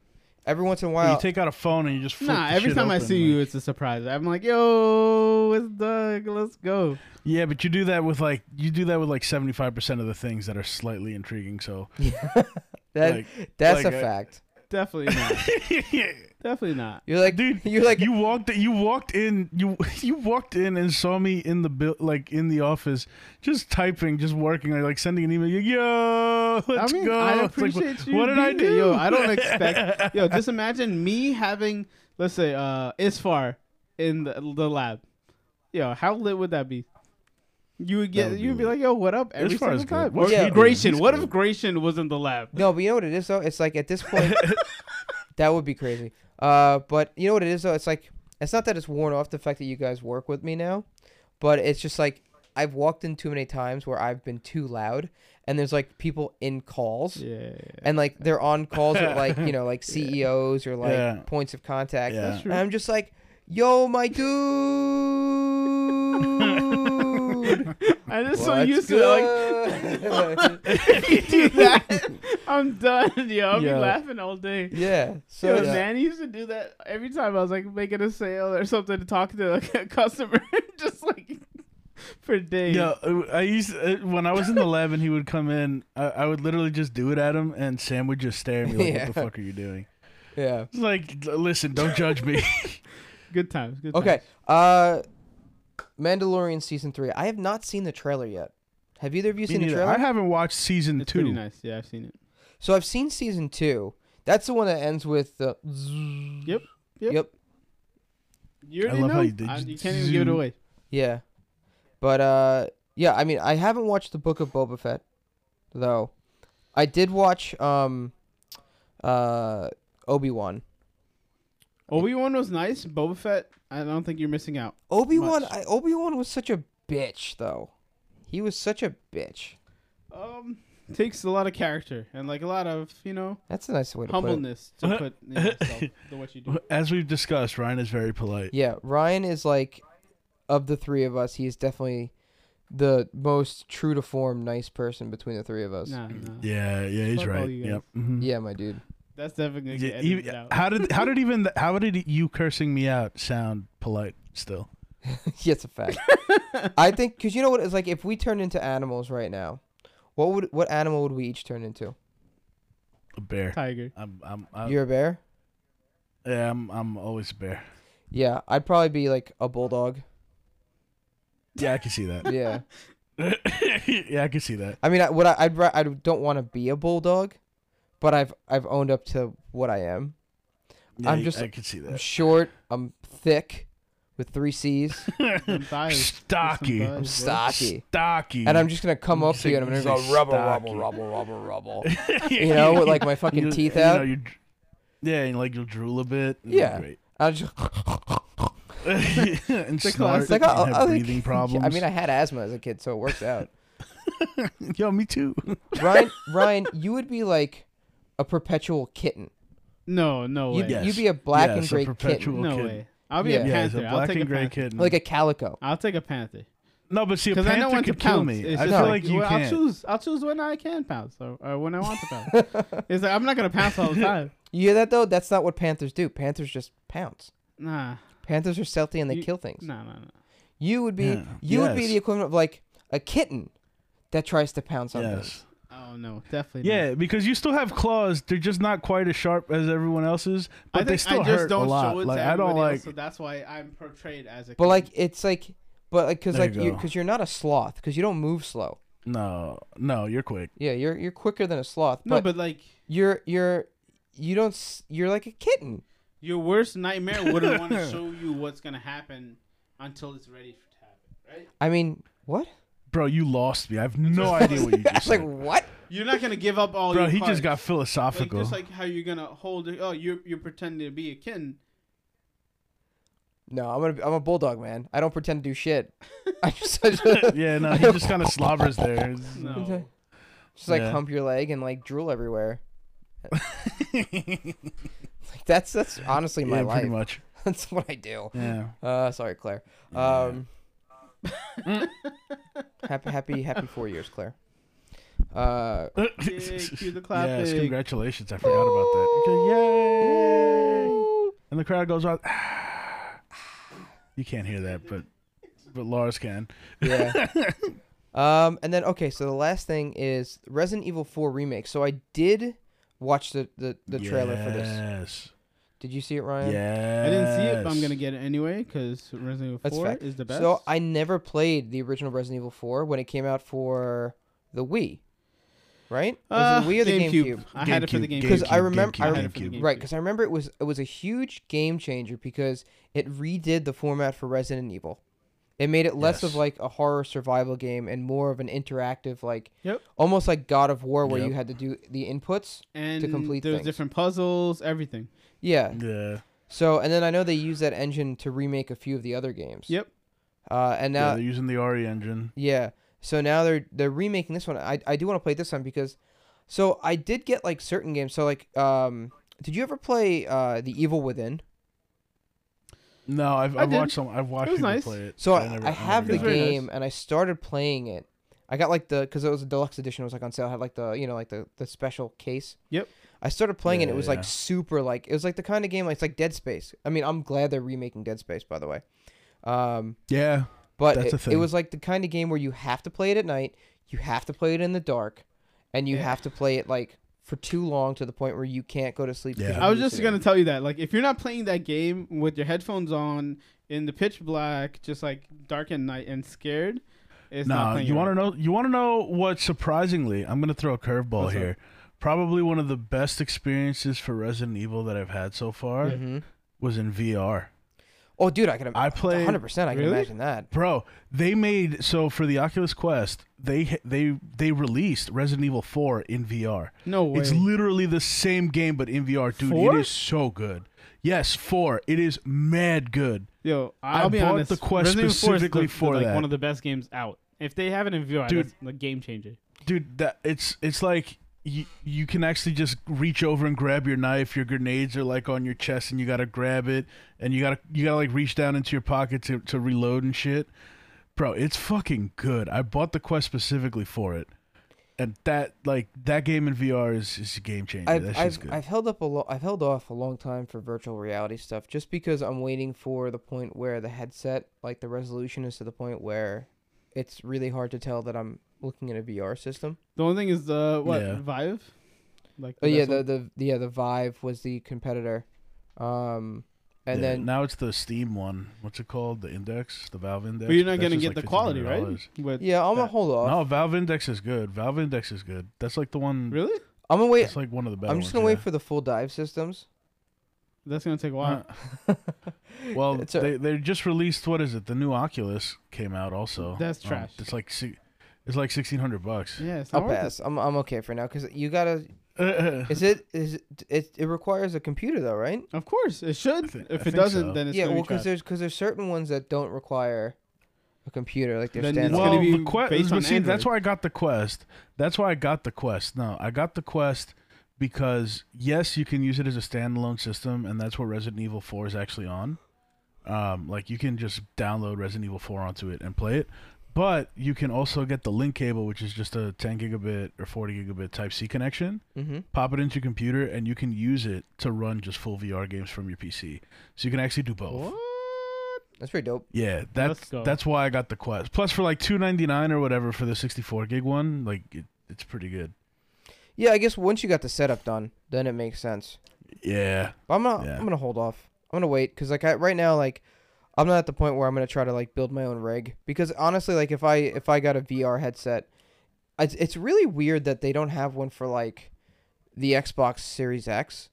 S2: every once in a while
S3: you take out a phone and you just flip
S1: Nah.
S3: the
S1: Every
S3: shit
S1: time I
S3: open,
S1: see
S3: like-
S1: you, it's a surprise. I'm like, yo, it's Doug. Let's go.
S3: Yeah, but you do that with like you do that with like seventy five percent of the things that are slightly intriguing. So
S2: that
S3: like,
S2: that's
S3: like, uh,
S2: a
S3: I-
S2: fact.
S1: Definitely not. Definitely not.
S2: You're like
S3: dude,
S2: you're like
S3: you walked you walked in you you walked in and saw me in the bill like in the office just typing, just working, like, like sending an email. Like, Yo, let's
S1: I mean,
S3: go.
S1: I
S3: It's like,
S1: appreciate you.
S3: What did I
S1: being there.
S3: do?
S1: Yo, I don't expect. yo, just imagine me having, let's say, uh, Isfar in the, the lab. Yo, how lit would that be? You would
S3: That
S1: get.
S3: would be
S1: You'd be
S3: lit.
S1: like, yo, what up? Every
S3: Isfar
S1: single
S3: is good.
S1: time. Or
S3: What's
S2: he doing?
S1: Gratian.
S3: He's
S1: What if
S3: good.
S1: Gratian was in the lab?
S2: No, but you know what it is though? It's like at this point that would be crazy. Uh but you know what it is though? It's like it's not that it's worn off the fact that you guys work with me now, but it's just like I've walked in too many times where I've been too loud and there's like people in calls
S1: Yeah.
S2: and like they're on calls with like, you know, like CEOs or like
S3: Yeah.
S2: points of contact.
S3: Yeah.
S1: That's
S2: And
S1: true.
S2: I'm just like, yo, my dude.
S1: I'm just so
S2: what's
S1: used to it. Like,
S2: good?"
S1: if you do that, I'm done. Yo, I'll
S2: Yo.
S1: be laughing all day.
S2: yeah. So
S1: So
S2: yeah.
S1: Nanny used to do that every time I was like making a sale or something to talk to like, a customer, just like for days.
S3: Yeah, uh, I used uh, when I was in the lab and he would come in. I, I would literally just do it at him, and Sam would just stare at me like,
S2: Yeah.
S3: "What the fuck are you doing?"
S2: yeah.
S3: It's like, "L- listen, don't judge me.
S1: Good times. Good
S2: Okay.
S1: times.
S2: Uh Mandalorian season three. I have not seen the trailer yet. Have either of you
S3: Me
S2: seen the
S3: neither.
S2: trailer?
S3: I haven't watched season
S1: It's pretty
S3: two.
S1: nice. Yeah, I've seen it.
S2: So I've seen season two. That's the one that ends with the
S1: Yep.
S2: Yep.
S1: You already
S3: love
S1: know.
S3: how you
S1: you,
S3: did-
S1: I,
S3: you
S1: you can't even give it
S3: zoom.
S1: away.
S2: Yeah. But uh yeah, I mean I haven't watched the Book of Boba Fett though. I did watch um uh Obi-Wan.
S1: Obi Wan was nice. Boba Fett. I don't think you're missing out.
S2: Obi-Wan
S1: Much.
S2: I, Obi-Wan was such a bitch though. He was such a bitch.
S1: Um, takes a lot of character and like a lot of you know
S2: That's a nice way to put it.
S1: humbleness to put you know, yourself, the what you do.
S3: As we've discussed, Ryan is very polite.
S2: Yeah, Ryan is like of the three of us, he is definitely the most true to form nice person between the three of us.
S1: Nah, nah.
S3: Yeah, yeah, he's
S1: Fuck all
S3: right.
S1: you guys.
S3: Yep. mhm.
S2: Yeah, my dude.
S1: That's definitely gonna
S3: Yeah,
S1: get
S3: even-
S1: edited out.
S3: how did how did even the, how did you cursing me out sound polite still?
S2: yeah, it's a fact. I think because you know what it's like if we turned into animals right now, what would what animal would we each turn into?
S3: A bear.
S1: Tiger.
S3: I'm I'm, I'm
S2: You're a bear.
S3: yeah, I'm I'm always a bear.
S2: Yeah, I'd probably be like a bulldog.
S3: Yeah, I can see that.
S2: Yeah,
S3: yeah, I can see that.
S2: I mean, I, what I I'd, ra- I don't want to be a bulldog, but I've I've owned up to what I am.
S3: Yeah,
S2: I'm just-
S3: I can see
S2: I'm
S3: that.
S2: short. I'm thick, with three C's.
S1: Some thighs.
S3: Stocky.
S1: Some
S2: I'm
S1: thighs, bro.
S2: stocky,
S3: Stocky.
S2: and I'm just gonna come
S3: You
S2: up to
S3: say-
S2: you and I'm gonna
S3: you
S2: go
S3: say
S2: rubble,
S3: stocky.
S2: rubble, rubble, rubble, rubble. You know, with like my fucking
S3: You-
S2: teeth
S3: you know,
S2: out.
S3: you dr- yeah, and like you'll drool a bit. It'd be
S2: Yeah.
S3: great.
S2: I'll just.
S3: and
S1: The
S3: snort
S1: classic-
S2: Like,
S3: and
S2: I'll-
S3: have
S2: I'll, like-
S3: breathing problems.
S2: I mean, I had asthma as a kid, so it works out.
S3: yo, me too.
S2: Ryan, Ryan, you would be like a perpetual kitten.
S1: No, no way.
S2: You'd,
S3: Oh, Yes.
S2: you'd be a black
S3: Yes,
S2: and
S3: a
S2: gray
S3: perpetual-
S2: kitten,
S1: No
S3: kid.
S1: way. I'll be
S2: Yeah,
S1: a
S3: yeah, it's
S1: panther.
S3: a
S1: I'll
S3: black
S1: take a
S3: and gray
S1: panther.
S3: kitten.
S2: like a calico.
S1: I'll take a panther.
S3: no, but see, a
S1: Because I know
S3: panther
S1: when to
S3: could kill
S1: pounce.
S3: me.
S1: It's
S3: I
S1: just
S3: feel
S1: like,
S3: like you
S1: well, I'll
S3: can't.
S1: choose. I'll choose when I can pounce or, or when I want to pounce. it's like I'm not gonna pounce all the time.
S2: You hear that though? That's not what panthers do. Panthers just pounce.
S1: Nah,
S2: Panthers are stealthy and they
S1: You-
S2: kill things.
S1: nah, nah, nah.
S2: You would be,
S3: Yeah.
S2: you would be
S3: Yes.
S2: the equivalent of like a kitten that tries to pounce on things.
S3: Yes.
S1: Oh no, definitely. not.
S3: Yeah, because you still have claws. They're just not quite as sharp as everyone else's,
S1: I
S3: but
S1: think
S3: they still
S1: I just
S3: hurt
S1: don't
S3: a lot.
S1: show it
S3: like
S1: to
S3: I don't
S1: everybody
S3: like.
S1: Else, so that's why I'm portrayed as a.
S2: But
S1: kid.
S2: like it's like, but like because
S3: There
S2: like
S3: you
S2: you
S3: go.
S2: because you're not a sloth because you don't move slow.
S3: No, no, you're quick.
S2: Yeah, you're you're quicker than a sloth.
S1: no,
S2: but,
S1: but like
S2: you're you're you don't s- you're like a kitten.
S1: your worst nightmare wouldn't want to show you what's gonna happen until it's ready to happen, right?
S2: I mean, what?
S3: Bro, you lost me. I have no idea what you just
S2: Like
S3: said.
S2: what?
S1: You're not gonna give up all.
S3: Bro,
S1: your
S3: he
S1: cards.
S3: just got
S1: like
S3: philosophical.
S1: just like how you're gonna hold it. Oh, you're you're pretending to be a kitten.
S2: No, I'm gonna I'm a bulldog, man. I don't pretend to do shit. I just, I just,
S3: yeah, no, he just kind of slobbers there.
S1: No.
S2: just, like
S3: Yeah.
S2: hump your leg and like drool everywhere. Like that's that's honestly my
S3: yeah,
S2: life.
S3: pretty much.
S2: That's what I do.
S3: Yeah.
S2: Uh, sorry, Claire. Um, happy happy happy four years, Claire. Uh,
S1: Yay, cue the clapping.
S3: Yes, congratulations. I forgot about that. Okay, yay! And the crowd goes on. You can't hear that, but but Lars can.
S2: yeah. um, and then okay, so the last thing is Resident Evil Four remake. So I did watch the the, the trailer for this.
S3: Yes.
S2: Did you see it, Ryan?
S3: Yes.
S1: I didn't see it, but I'm gonna get it anyway because Resident Evil
S2: That's
S1: 4
S2: fact.
S1: is the best.
S2: So I never played the original Resident Evil 4 when it came out for the Wii, right?
S1: uh,
S2: was it the Wii or the GameCube?
S1: I had it for the
S3: GameCube,
S1: GameCube.
S2: 'Cause I
S3: GameCube,
S2: remember- I
S3: GameCube,
S1: remember-
S3: GameCube.
S2: Right, because I remember it was it was a huge game changer because it redid the format for Resident Evil. It made it less of
S3: Yes.
S2: like a horror survival game and more of an interactive, like
S1: Yep.
S2: almost like God of War, where you
S3: Yep.
S2: had to do the inputs.
S1: and
S2: complete
S1: there was
S2: things.
S1: different puzzles, everything.
S2: Yeah.
S3: Yeah.
S2: So and then I know they used that engine to remake a few of the other games.
S1: Yep.
S2: Uh, and now
S3: yeah, they're using the RE engine.
S2: Yeah. So now they're they're remaking this one. I I do want to play this one because so I did get like certain games. So like um did you ever play uh The Evil Within?
S3: No, I've,
S1: I
S3: I've
S1: did.
S3: watched some. I've watched
S1: It was
S3: people
S1: nice.
S3: play it.
S2: So
S3: but
S2: I,
S3: never-
S2: I have
S3: never
S2: the
S1: It's
S3: got it.
S1: very nice.
S2: game and I started playing it. I got like the cuz it was a deluxe edition, it was like on sale, had like the, you know, like the the special case.
S1: Yep.
S2: I started playing it.
S3: Yeah,
S2: It was
S3: yeah.
S2: like super like it was like the kind of game like it's like Dead Space. I mean, I'm glad they're remaking Dead Space by the way. Um
S3: Yeah.
S2: But
S3: That's
S2: it,
S3: a
S2: it
S3: thing.
S2: was like the kind of game where you have to play it at night, you have to play it in the dark, and you
S1: Yeah.
S2: have to play it like for too long to the point where you can't go to sleep. because
S3: Yeah.
S2: you're
S1: I was just gonna
S2: hallucinating.
S1: tell you that, like, if you're not playing that game with your headphones on in the pitch black, just like dark and night and scared, it's not
S3: No,
S1: playing.
S3: you want to
S1: right.
S3: know? You want to know what? Surprisingly, I'm gonna throw a curveball
S1: What's up?
S3: here. Probably one of the
S1: Mm-hmm. uh,
S3: best experiences for Resident Evil that I've had so far was in VR.
S2: Mm-hmm. Oh, dude, I can.
S3: I played-
S2: 100. percent I can
S1: Really?
S2: imagine that.
S3: Bro, they made so for the Oculus Quest, they they they released Resident Evil 4 in VR.
S1: No way.
S3: It's literally the same game but in VR, dude.
S1: Four?
S3: It is so good. Yes, 4. It is mad good.
S1: Yo, I'll
S3: I
S1: be
S3: bought
S1: honest.
S3: the Quest
S1: Resident Evil 4 is the-
S3: specifically
S1: the,
S3: for
S1: like,
S3: that.
S1: One of the best games out. If they have it in VR,
S3: Dude.
S1: that's a game changer.
S3: Dude, that it's it's like you, you can actually just reach over and grab your knife. Your grenades are like on your chest and you got to grab it and you got to you got to like reach down into your pocket to to reload and shit. Bro, it's fucking good. I bought the Quest specifically for it. And that like that game in VR is, is a game changer.
S2: I've
S3: That shit's
S2: I've,
S3: good.
S2: I've held up a lo- I've held off a long time for virtual reality stuff just because I'm waiting for the point where the headset like the resolution is to the point where it's really hard to tell that I'm looking at a VR system.
S1: The only thing is the what
S3: Yeah.
S1: Vive. Like
S2: Oh yeah,
S1: Oh, that's
S2: the, the the- yeah the Vive was the competitor, um, and
S3: Yeah,
S2: then
S3: now it's the Steam one. What's it called? The Index, the Valve Index.
S1: but you're not
S3: That's
S1: gonna
S3: just
S1: get
S3: like
S1: the quality, right?
S3: $1,500.
S1: With
S2: yeah I'm gonna
S1: that-
S2: hold off.
S3: No, Valve Index is good. Valve Index is good. That's like the one.
S1: really,
S2: I'm gonna wait.
S3: That's like one of the better.
S2: I'm just
S3: ones,
S2: gonna wait
S3: yeah.
S2: for the full dive systems.
S1: that's gonna take a while.
S3: Uh, well,
S2: It's a-
S3: they they just released what is it? The new Oculus came out also.
S1: That's
S3: Um,
S1: trash.
S3: it's like si- it's like sixteen hundred bucks.
S1: yeah, it's not
S2: I'll
S1: worth it.
S2: pass. I'm I'm okay for now because you gotta.
S3: Uh,
S2: Is it is it, it it requires a computer though, right?
S1: Of course, it should.
S3: thi- I
S1: if it
S3: think
S1: doesn't,
S3: so.
S1: then it's
S2: yeah,
S1: gonna
S2: well,
S1: be
S2: because
S1: trash.
S2: there's because there's certain ones that don't require a computer, like they're
S1: Then it's
S2: standalone.
S1: gonna
S3: well,
S1: be
S3: the quest.
S1: based on
S3: But see,
S1: Android.
S3: that's why I got the quest. That's why I got the quest. No, I got the quest because yes, you can use it as a standalone system, and that's what Resident Evil Four is actually on. Um, like you can just download Resident Evil Four onto it and play it. But you can also get the link cable, which is just a 10 gigabit or 40 gigabit Type C connection.
S2: mm-hmm.
S3: pop it into your computer and you can use it to run just full VR games from your PC. So you can actually do both.
S1: What?
S2: That's pretty dope.
S3: Yeah, that's
S1: Let's go.
S3: that's why I got the Quest. Plus for like 299 or whatever for the 64 gig one, like it, it's pretty good.
S2: Yeah, I guess once you got the setup done, then it makes sense.
S3: Yeah.
S2: But I'm gonna
S3: Yeah.
S2: I'm gonna hold off. I'm gonna wait because like I, right now like I'm not at the point where I'm gonna try to like build my own rig because honestly like if I if I got a VR headset, it's it's really weird that they don't have one for like the Xbox Series X.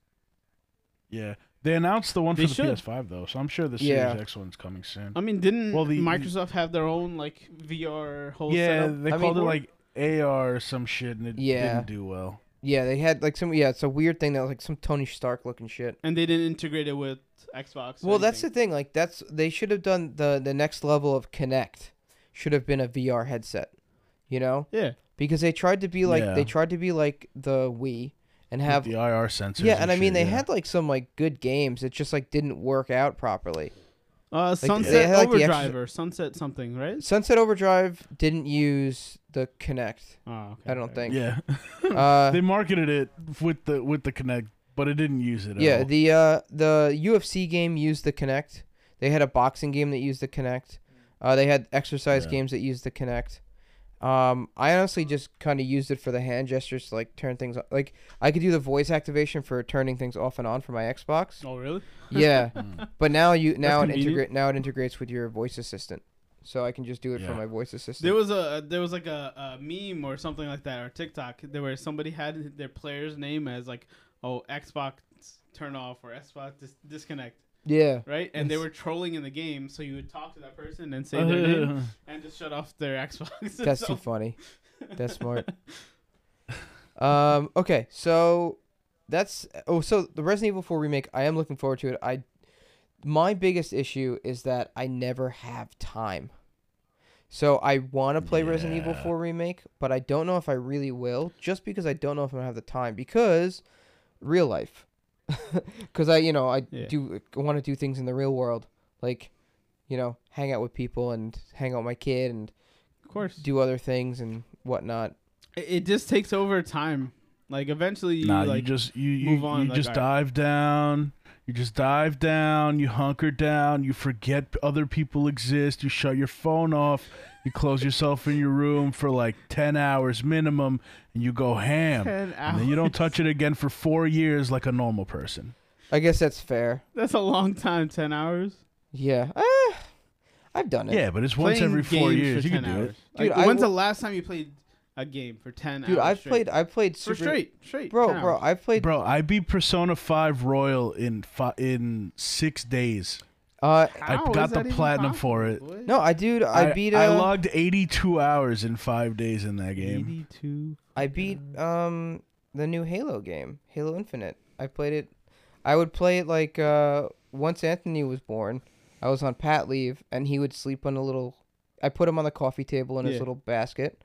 S3: Yeah. They announced the one for
S1: They
S3: the
S1: should.
S3: PS5 though, so I'm sure the Series
S2: Yeah.
S3: X one's coming soon.
S1: I mean, didn't
S3: Well, the-
S1: Microsoft have their own like VR whole
S3: yeah,
S1: setup?
S3: they
S2: I
S3: called
S2: mean-
S3: it like AR or some shit and it
S2: Yeah.
S3: didn't do well.
S2: Yeah, they had like some yeah it's a weird thing that was like some Tony Stark looking shit.
S1: and they didn't integrate it with Xbox. or
S2: Well, that's the
S1: anything.
S2: thing. Like that's they should have done the the next level of Connect should have been a VR headset, you know,
S1: yeah.
S2: because they tried to be like
S3: Yeah.
S2: they tried to be like the Wii and
S3: With
S2: have
S3: the IR sensors.
S2: yeah, and I
S3: shit,
S2: mean they
S3: yeah.
S2: had like some like good games. It just like didn't work out properly.
S1: Uh,
S2: they
S1: Sunset
S2: had, like, the
S1: Overdrive
S2: extra-
S1: or Sunset something, right?
S2: Sunset Overdrive didn't use the Connect.
S1: Oh, okay,
S2: I don't
S1: sorry.
S2: think.
S3: Yeah. Hmm.
S2: Uh,
S3: they marketed it with the with the Kinect, but it didn't use it at
S2: yeah,
S3: all.
S2: the uh the UFC game used the Connect. They had a boxing game that used the Connect. Uh, they had exercise
S3: Yeah.
S2: games that used the Connect. Um, I honestly just kind of used it for the hand gestures to like turn things like I could do the voice activation for turning things off and on for my Xbox.
S1: Oh, really?
S2: Yeah,
S3: Mm.
S2: but now you now it
S1: convenient.
S2: integrate now it integrates with your voice assistant, so I can just do it for
S3: Yeah.
S2: my voice assistant.
S1: There was a there was like a, a meme or something like that or TikTok there where somebody had their player's name as like oh Xbox turn off or Xbox dis- disconnect
S2: yeah,
S1: right and they
S2: Yes.
S1: were trolling in the game so you would talk to that person and say their name and just shut off their Xbox.
S2: that's
S1: So-
S2: too funny. That's smart. Um. Okay. So that's oh. So the Resident Evil Four remake. I am looking forward to it. I my biggest issue is that I never have time. So I want to play Resident Evil
S3: Yeah.
S2: Four remake, but I don't know if I really will, just because I don't know if I'm gonna have the time because real life. Because I, you know, I
S1: Yeah.
S2: do want to do things in the real world, like you know, hang out with people and hang out with my kid and
S1: of course.
S2: do other things and whatnot.
S1: It, it just takes over time. Like eventually you
S3: nah, you
S1: like
S3: just you you,
S1: move on,
S3: you
S1: like,
S3: just
S1: all right.
S3: dive down. You just dive down. You hunker down. You forget other people exist. You shut your phone off. You close yourself in your room for like ten hours minimum, and you go ham.
S1: 10
S3: And
S1: hours.
S3: then you don't touch it again for four years like a normal person.
S2: I guess that's fair.
S1: That's a long time, 10 hours.
S2: Yeah. Eh, I've done it.
S3: Yeah, but it's once
S1: Playing
S3: every four
S1: games
S3: years.
S1: for
S3: You can
S1: 10
S3: do
S1: hours.
S3: it.
S1: Like,
S2: Dude, I
S1: when's
S2: wa-
S1: the last time you played a game for 10 hours?
S2: Dude, I've
S1: straight?
S2: played I played
S1: for
S2: Super
S1: straight, straight.
S2: Bro,
S1: 10
S2: bro,
S1: hours.
S2: I've played
S3: Bro, I beat Persona Five Royal in fi- in six days.
S2: Uh,
S1: How
S3: got
S1: is
S3: the
S1: that even
S3: platinum
S1: possible,
S3: for it.
S1: boy?
S2: no, I dude, I, beat. Uh,
S3: I logged 82 hours in five days in that game.
S1: 82.
S2: I beat um the new Halo game, Halo Infinite. I played it. I would play it like uh once Anthony was born. I was on pat leave, and he would sleep on a little. I put him on the coffee table in his
S1: Yeah.
S2: little basket,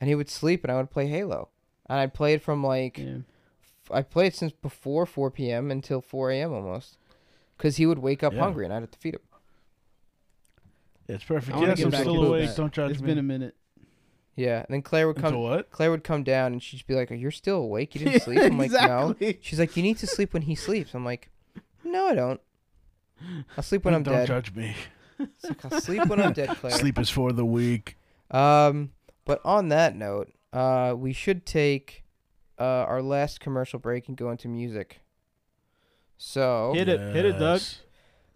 S2: and he would sleep, and I would play Halo. And I'd play it from like
S1: Yeah.
S2: f- I played since before 4 p.m. until 4 a.m. almost, because he would wake up
S3: Yeah.
S2: hungry, and I'd have to feed him.
S3: It's perfect.
S1: I wanna
S3: Yes,
S1: get
S3: I'm
S1: back
S3: still
S1: into
S3: awake.
S1: that.
S3: Don't judge
S1: It's
S3: me.
S1: been a minute.
S2: Yeah, and then Claire would
S3: Into
S2: come.
S3: what?
S2: Claire would come down, and she'd be like, "You're still awake? You didn't sleep?" I'm like, "No." She's like, "You need to sleep when he sleeps." I'm like, "No, I don't. I'll sleep when I'm
S3: Don't
S2: dead.
S3: judge me.
S2: It's like, I'll sleep when I'm dead, Claire."
S3: Sleep is for the weak.
S2: Um, but on that note, uh, we should take uh, our last commercial break and go into music. So,
S1: Hit it. Hit it, Doug.
S3: Yes.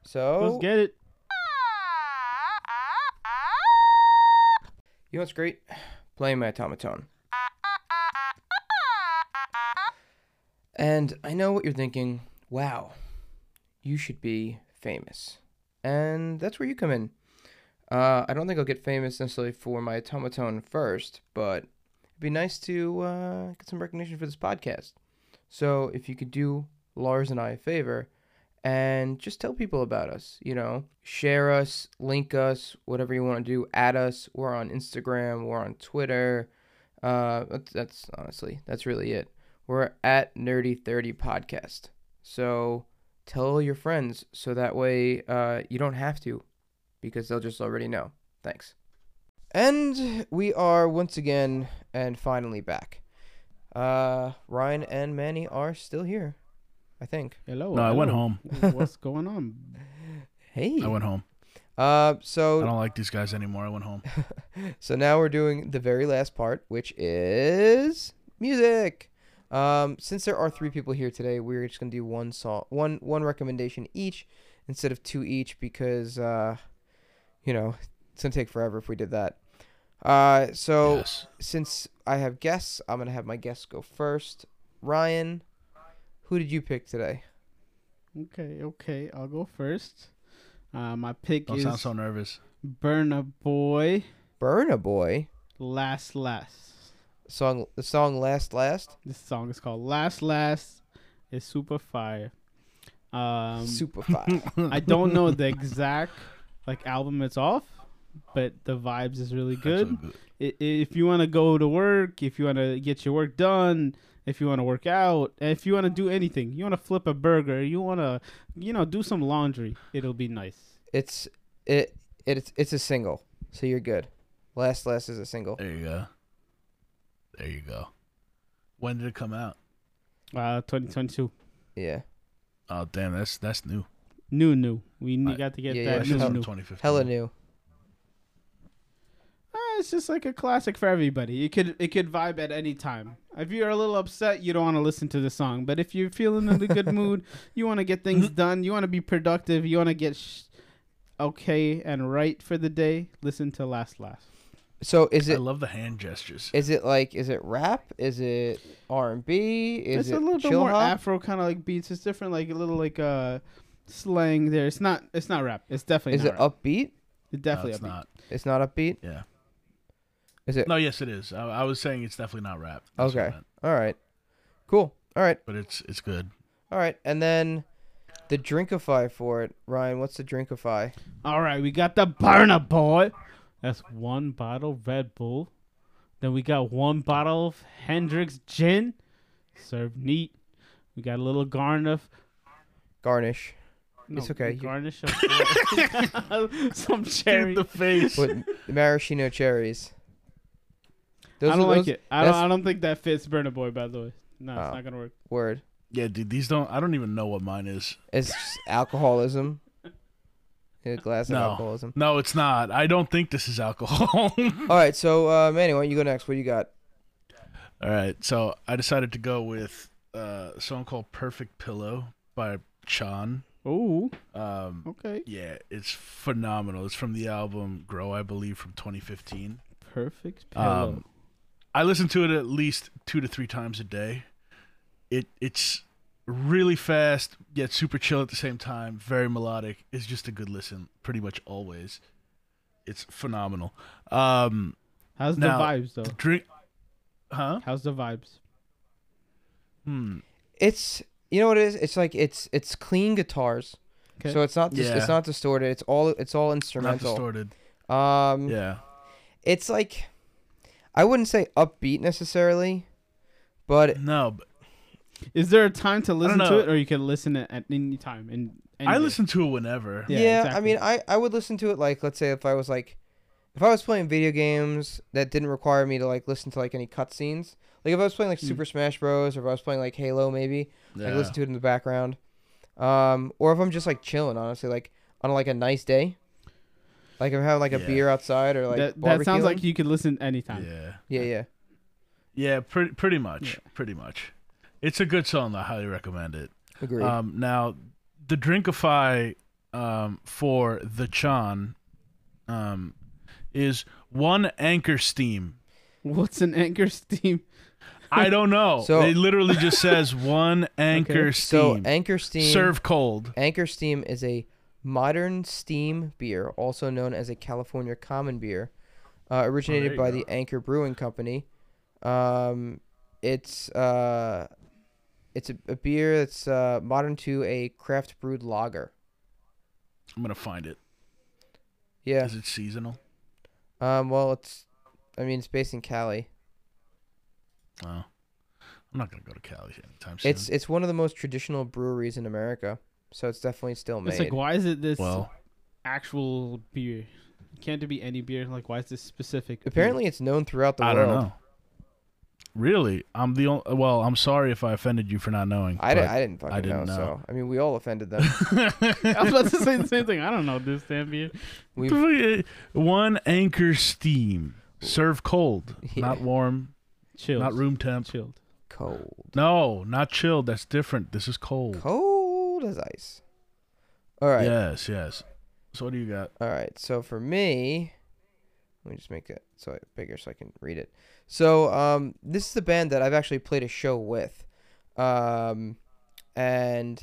S2: so
S1: Let's get it.
S2: you know what's great? Playing my automaton. And I know what you're thinking. Wow, you should be famous. And that's where you come in. Uh, I don't think I'll get famous necessarily for my automaton first, but it'd be nice to uh, get some recognition for this podcast. So if you could do Lars and I a favor and just tell people about us, you know, share us, link us, whatever you want to do, add us. We're on Instagram, we're on Twitter. Uh, that's, that's honestly, that's really it. We're at Nerdy 30 Podcast. So tell your friends so that way uh, you don't have to because they'll just already know. Thanks. And we are once again and finally back. Uh, Ryan and Manny are still here, I think.
S1: Hello.
S3: No, I went
S1: hello.
S3: home.
S1: What's going on?
S2: Hey.
S3: I went home.
S2: Uh,
S3: I
S2: so
S3: don't like these guys anymore. I went home.
S2: so now we're doing the very last part, which is music. Um, since there are three people here today, we're just gonna do one song, one one recommendation each instead of two each because uh, you know it's gonna take forever if we did that. Uh,
S1: Oh,
S2: so
S3: Yes.
S2: since I have guests, I'm gonna have my guests go first. Ryan, who did you pick today?
S1: Okay, okay. I'll go first. Uh, my pick
S3: Don't
S1: is
S3: sound so nervous.
S1: Burn a Boy
S2: Burna Boy
S1: Last Last.
S2: song. The song Last Last
S1: This song is called Last Last. It's super fire. Um,
S2: super fire.
S1: I don't know the exact like album it's off, but the vibes is really good. I- i- If you want to go to work, if you want to get your work done, if you want to work out, if you want to do anything, you want to flip a burger, you want to, you know, do some laundry, it'll be nice.
S2: it's it it's it's a single, so you're good. Last Last is a single.
S3: There you go. There you go. When did it come out?
S1: Uh, 2022,
S2: Yeah.
S3: Oh damn, that's that's new.
S1: new, new. We ne-
S3: I-
S1: got to get that
S2: Yeah,
S3: That
S2: yeah,
S1: new,
S3: shit's
S2: hell-
S3: from
S1: new.
S3: 2015.
S2: Hella new.
S1: Uh, it's just like a classic for everybody. It could it could vibe at any time. If you're a little upset, you don't want to listen to the song. But if you're feeling in a good mood, you want to get things done. You want to be productive. You want to get sh- okay and right for the day. Listen to Last Last.
S2: So is
S3: I
S2: it
S3: love the hand gestures.
S2: is it like is it rap? Is it R and B?
S1: it's
S2: Is it
S1: a little
S2: chill
S1: bit more
S2: hop?
S1: Afro kind of like beats. It's different, like a little like uh slang there. It's not it's not rap. It's definitely
S2: Is
S1: not
S2: it
S1: rap.
S2: upbeat?
S1: It's
S3: No,
S1: definitely
S3: it's
S1: upbeat.
S3: not.
S2: It's not upbeat.
S3: Yeah.
S2: Is it?
S3: No, yes, it is. I, I was saying it's definitely not rap. That's what I
S2: Okay.
S3: meant.
S2: All right. Cool. All right.
S3: But it's it's good.
S2: All right. And then the drinkify for it, Ryan. What's the drinkify?
S1: All right, we got the burner boy. That's one bottle Red Bull. Then we got one bottle of Hendrix gin, served neat. We got a little garnish.
S2: Garnish.
S1: No,
S2: It's okay, you-
S1: Garnish of some cherry.
S3: In the face.
S2: With maraschino cherries.
S1: I
S2: Those
S1: don't
S2: are-
S1: like
S2: those-
S1: it. I don't.
S2: that's-
S1: I don't think that fits burner boy. By the way, no,
S2: Oh.
S1: it's not gonna work.
S2: Word.
S3: Yeah, dude, these don't. I don't even know what mine is.
S2: It's just alcoholism. A glass of
S3: No.
S2: alcoholism.
S3: No, it's not. I don't think this is alcohol.
S2: All right. So, uh, Manny, why don't you go next? What do you got?
S3: All right, so I decided to go with uh, a song called "Perfect Pillow" by Chan.
S1: Oh,
S3: Um,
S1: okay.
S3: yeah, it's phenomenal. It's from the album "Grow," I believe, from 2015.
S1: Perfect pillow.
S3: Um, I listen to it at least two to three times a day. It it's really fast yet super chill at the same time. Very melodic. It's just a good listen, pretty much always. It's phenomenal. Um,
S1: How's
S3: Now-
S1: the vibes though?
S3: the drink, huh?
S1: How's the vibes?
S3: Hmm.
S2: It's you know what it is. It's like it's it's clean guitars.
S1: Okay.
S2: So it's not dis-
S3: Yeah.
S2: it's not distorted. It's all it's all
S3: Not
S2: instrumental.
S3: distorted.
S2: Um,
S3: Yeah.
S2: it's like I wouldn't say upbeat necessarily, but
S3: No, but
S1: Is there a time to listen to
S3: know.
S1: it, or you can listen it at any time? And
S3: I listen to it whenever.
S1: Yeah,
S2: yeah, I
S1: exactly.
S2: mean, I I would listen to it like let's say if I was like if I was playing video games that didn't require me to like listen to like any cutscenes. Like if I was playing like
S1: Hmm.
S2: Super Smash Bros. or if I was playing like Halo maybe, I
S3: Yeah.
S2: could listen to it in the background. Um, or if I'm just like chilling, honestly, like on like a nice day. Like if I'm having like a
S3: Yeah.
S2: beer outside or like
S1: that, that sounds
S2: barbecuing.
S1: like you could listen anytime.
S3: yeah.
S2: yeah, yeah.
S3: Yeah, pretty pretty much, pretty much. It's a good song. I highly recommend it.
S2: Agreed.
S1: Uh,
S3: Um, now, the Drinkify um, for the Chan um, is one anchor steam.
S1: What's an anchor steam?
S3: I don't know.
S2: So-
S3: it literally just says one anchor
S1: Okay.
S2: so
S3: steam.
S2: Anchor Steam
S3: Serve cold.
S2: Anchor Steam is a modern steam beer, also known as a California common beer, uh, originated
S3: you
S2: by
S3: go.
S2: the Anchor Brewing Company. Um, it's uh, it's a, a beer that's uh, modern to a craft brewed lager.
S3: I'm gonna find it. Is
S2: Yeah.
S3: it seasonal?
S2: Um, well, it's, I mean, it's based in Cali.
S3: Oh, I'm not gonna go to Cali anytime soon.
S2: It's it's one of the most traditional breweries in America, so it's definitely still made.
S1: It's like, why is it this
S3: well,
S1: actual beer? Can't it be any beer? Like, why is this specific? beer?
S2: Apparently, it's known throughout the
S3: I
S2: world.
S3: don't know. Really, I'm the only. Well, I'm sorry if I offended you for not knowing.
S2: I, di-
S3: but-
S2: I didn't fucking
S3: didn't
S2: know,
S3: know.
S2: So I mean, we all offended them.
S1: I was about to say the same thing. I don't know this damn beer.
S2: We've
S3: One anchor steam. Serve cold,
S2: Yeah.
S3: not warm,
S1: Chilled.
S3: not room temp.
S1: Chilled.
S2: cold,
S3: No, not chilled. That's different. This is cold.
S2: cold as ice. All right,
S3: Yes, yes. So what do you got?
S2: all right. So for me, let me just make it so I bigger so I can read it. So um, this is the band that I've actually played a show with, um, and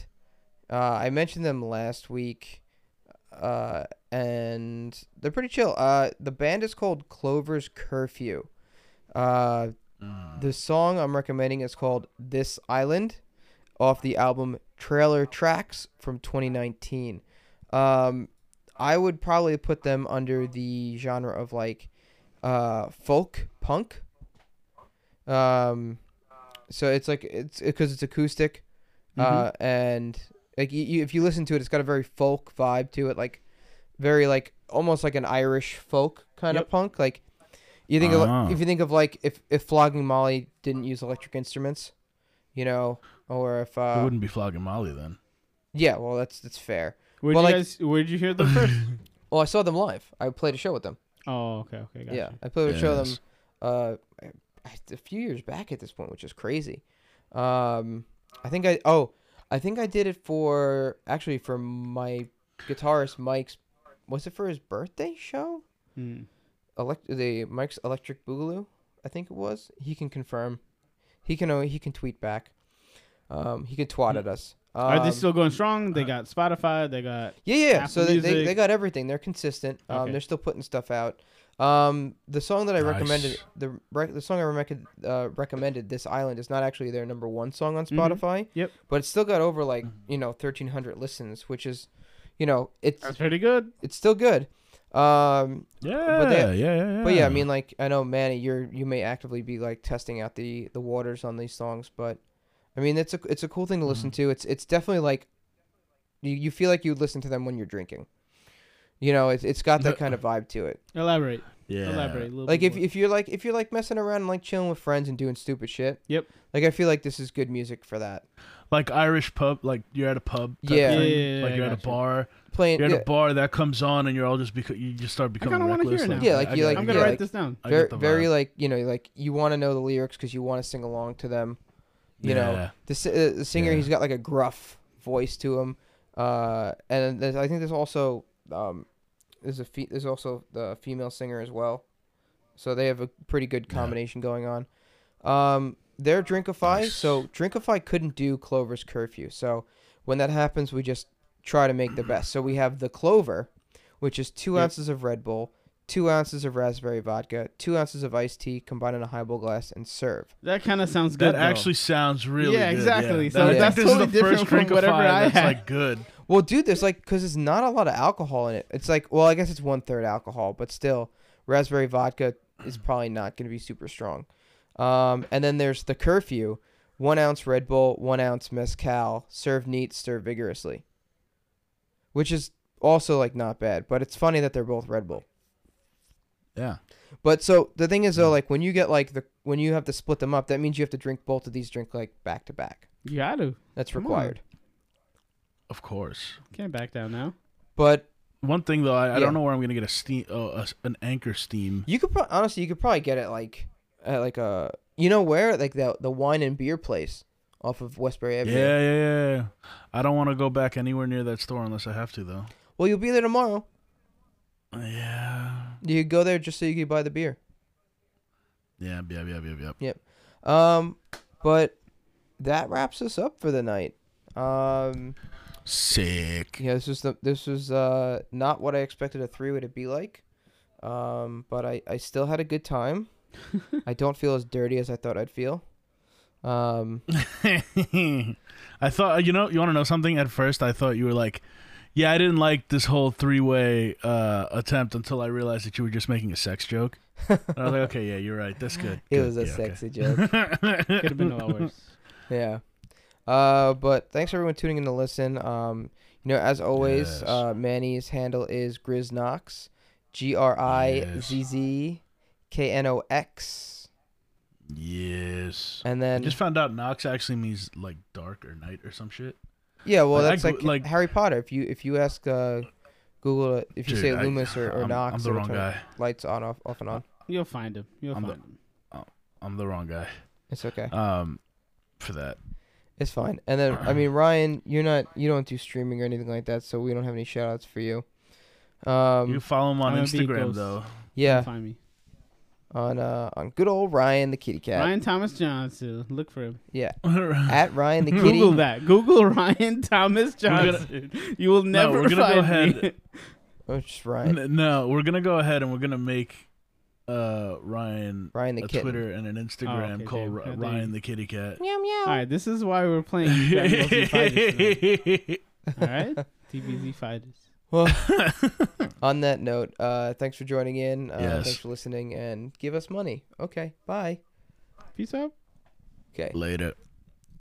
S2: uh, I mentioned them last week, uh, and they're pretty chill. Uh, the band is called Clover's Curfew. Uh, the song I'm recommending is called This Island off the album Trailer Tracks from 2019. Um, I would probably put them under the genre of like uh, folk punk. Um, so it's like it's because it's acoustic, uh, and like you, you, if you listen to it, it's got a very folk vibe to it, like very like almost like an Irish folk kind of
S1: Yep.
S2: punk. Like you think of,
S3: Ah.
S2: like- if you think of like if if Flogging Molly didn't use electric instruments, you know, or if
S3: it
S2: uh,
S3: wouldn't be flogging Molly then.
S2: yeah, well that's that's fair.
S1: Where'd
S2: Well,
S1: you
S2: like-
S1: guys? Where'd you hear the first?
S2: Well, I saw them live. I played a show with them.
S1: oh, okay, okay, gotcha.
S2: Yeah, I played a show with them
S3: Yes.
S2: uh, a few years back at this point, which is crazy. Um, I think I oh, I think I did it for actually for my guitarist Mike's. Was it for his birthday show?
S1: Hmm.
S2: Elect the Mike's Electric Boogaloo, I think it was. He can confirm. He can uh, he can tweet back. Um, he could twat at us. Um,
S1: Hmm. Are they still going strong? They got Spotify. They got
S2: yeah, yeah.
S1: Apple
S2: So they, they,
S1: Music.
S2: they got everything. They're consistent. Um,
S1: Okay.
S2: They're still putting stuff out. Um, the song that I recommended,
S3: Nice.
S2: the rec- the song I recommended, uh, recommended, this island is not actually their number one song on
S1: Mhm.
S2: Spotify.
S1: Yep.
S2: But it's still got over like you know thirteen hundred listens, which is, you know, it's
S1: that's pretty good.
S2: it's still good. Um,
S3: Yeah,
S2: they-
S3: yeah, yeah, yeah.
S2: but yeah, I mean, like I know Manny, you're you may actively be like testing out the the waters on these songs, but I mean, it's a it's a cool thing to
S3: Mm.
S2: listen to. It's it's definitely like you, you feel like you listen to them when you're drinking. You know, it's it's got that kind of vibe to it.
S1: Elaborate.
S3: yeah.
S1: Elaborate. A little
S2: Like
S1: bit
S2: if
S1: more.
S2: if you're like if you're like messing around and like chilling with friends and doing stupid shit.
S1: Yep.
S2: Like I feel like this is good music for that.
S3: Like Irish pub, like you're at a pub. type
S2: Yeah.
S3: thing.
S1: Yeah, yeah,
S3: like
S1: yeah,
S3: you're
S1: I
S3: at a
S1: gotcha.
S3: bar.
S2: Playing
S3: You're at
S2: yeah,
S3: a bar that comes on, and you're all just because you just start becoming
S1: kinda wanna
S3: reckless.
S1: hear now.
S2: Yeah, like,
S3: I
S2: you,
S3: get
S2: like,
S3: it,
S1: I'm
S3: I
S1: gonna
S3: get
S1: write
S3: it.
S2: like-
S1: this down.
S3: I get
S2: very
S3: the
S2: very
S3: vibe.
S2: like you know like you want to know the lyrics because you want to sing along to them. You know,
S3: Yeah.
S2: the, si- uh, the singer
S3: Yeah.
S2: he's got like a gruff voice to him uh and there's, i think there's also um there's a fe- there's also the female singer as well so they have a pretty good
S3: Yeah.
S2: combination going on um they're Drinkify,
S3: Nice.
S2: so Drinkify couldn't do Clover's curfew. So when that happens, we just try to make the best. So we have the Clover, which is two
S1: Yep.
S2: ounces of Red Bull, two ounces of raspberry vodka, two ounces of iced tea, combined in a highball glass, and serve.
S1: That kind of sounds good.
S3: That
S1: though.
S3: actually sounds really
S1: Yeah,
S3: good,
S1: exactly.
S3: Yeah.
S1: So
S3: I think
S2: that's
S3: this
S1: totally
S3: is the first
S1: different
S3: drink
S1: from whatever I
S3: that's
S1: had.
S3: like good.
S2: Well, dude, there's like, cause it's not a lot of alcohol in it. It's like, well, I guess it's one third alcohol, but still, raspberry vodka is probably not going to be super strong. Um, and then there's the curfew, one ounce Red Bull, one ounce mezcal, serve neat, stir vigorously, which is also like not bad. But it's funny that they're both Red Bull.
S3: Yeah.
S2: But so the thing is though, like when you get like the when you have to split them up, that means you have to drink both of these drink like back to back.
S1: you got to
S2: That's
S1: Come on.
S2: required.
S3: Of course.
S1: can't back down now.
S2: But
S3: One thing though, I, I
S2: Yeah.
S3: don't know where I'm gonna get a steam, oh, a s an anchor steam.
S2: You could pro- honestly, you could probably get it like, at like a you know where like the the wine and beer place off of Westbury
S3: Yeah,
S2: Avenue.
S3: yeah, yeah. yeah. I don't want to go back anywhere near that store unless I have to though.
S2: Well, you'll be there tomorrow.
S3: Yeah.
S2: You could go there just so you could buy the beer.
S3: Yeah. Yep. Yep. Yep. Yep.
S2: Um, but that wraps us up for the night. Um,
S3: Sick.
S2: yeah, this was the this was uh not what I expected a three way to be like. Um, but I I still had a good time. I don't feel as dirty as I thought I'd feel. Um,
S3: I thought you know you want to know something. At first, I thought you were like, yeah, I didn't like this whole three way uh, attempt until I realized that you were just making a sex joke. And I was like, okay, yeah, you're right. That's good.
S2: it
S3: Good.
S2: was a
S3: Yeah, okay.
S2: sexy joke.
S1: Could have been a lot worse.
S2: Yeah. Uh, but thanks everyone tuning in to listen. Um, you know, as always,
S3: Yes.
S2: uh, Manny's handle is Griznox, G R I Z Z K N O X,
S3: yes.
S2: and
S3: I
S2: then
S3: just found out Knox actually means like dark or night or some shit.
S2: yeah, well,
S3: I- I
S2: that's
S3: go-
S2: like,
S3: like-
S2: Harry Potter. If you if you ask uh, Google, if you
S3: Dude,
S2: say
S3: I-
S2: Loomis or, or
S3: I'm,
S2: Knox,
S3: I'm the
S2: it'll
S3: wrong
S2: turn
S3: guy. Uh,
S2: Lights on, off, off and on.
S1: You'll find him. You'll
S3: I'm the-
S1: find him.
S3: I'm the wrong guy.
S2: It's okay.
S3: Um, for that.
S2: It's fine. And then I
S3: uh,
S2: mean, Ryan, you're not you don't do streaming or anything like that, so we don't have any shout outs for you. Um,
S3: you follow him on
S1: I'm a big
S3: Instagram
S1: ghost.
S3: though.
S1: You'll
S2: yeah,
S1: find me.
S2: on uh on good old Ryan the kitty cat.
S1: Ryan Thomas Johnson. Look for him.
S2: Yeah. at Ryan the Kitty.
S1: Google that. Google Ryan Thomas
S3: gonna-
S1: Johnson. you will
S3: No,
S1: never
S3: we're gonna
S1: find
S3: go
S1: me.
S3: ahead.
S2: Oh, just
S1: Mm.
S2: Ryan.
S3: N- no, we're gonna go ahead and we're gonna make uh Ryan
S2: Ryan the
S3: a
S2: Kitty.
S3: Twitter and an Instagram
S1: Oh, okay,
S3: called
S1: damn.
S3: Ri-
S1: I think-
S3: Ryan the Kitty Cat.
S2: Meow meow.
S1: All right, this is why we're playing Dragon Ball Z Fighters. tonight. All right, TBZ Fighters.
S2: On that note, uh, thanks for joining in. Uh,
S3: Yes.
S2: Thanks for listening, and give us money. Okay. Bye.
S1: Peace out.
S2: Okay.
S3: Later.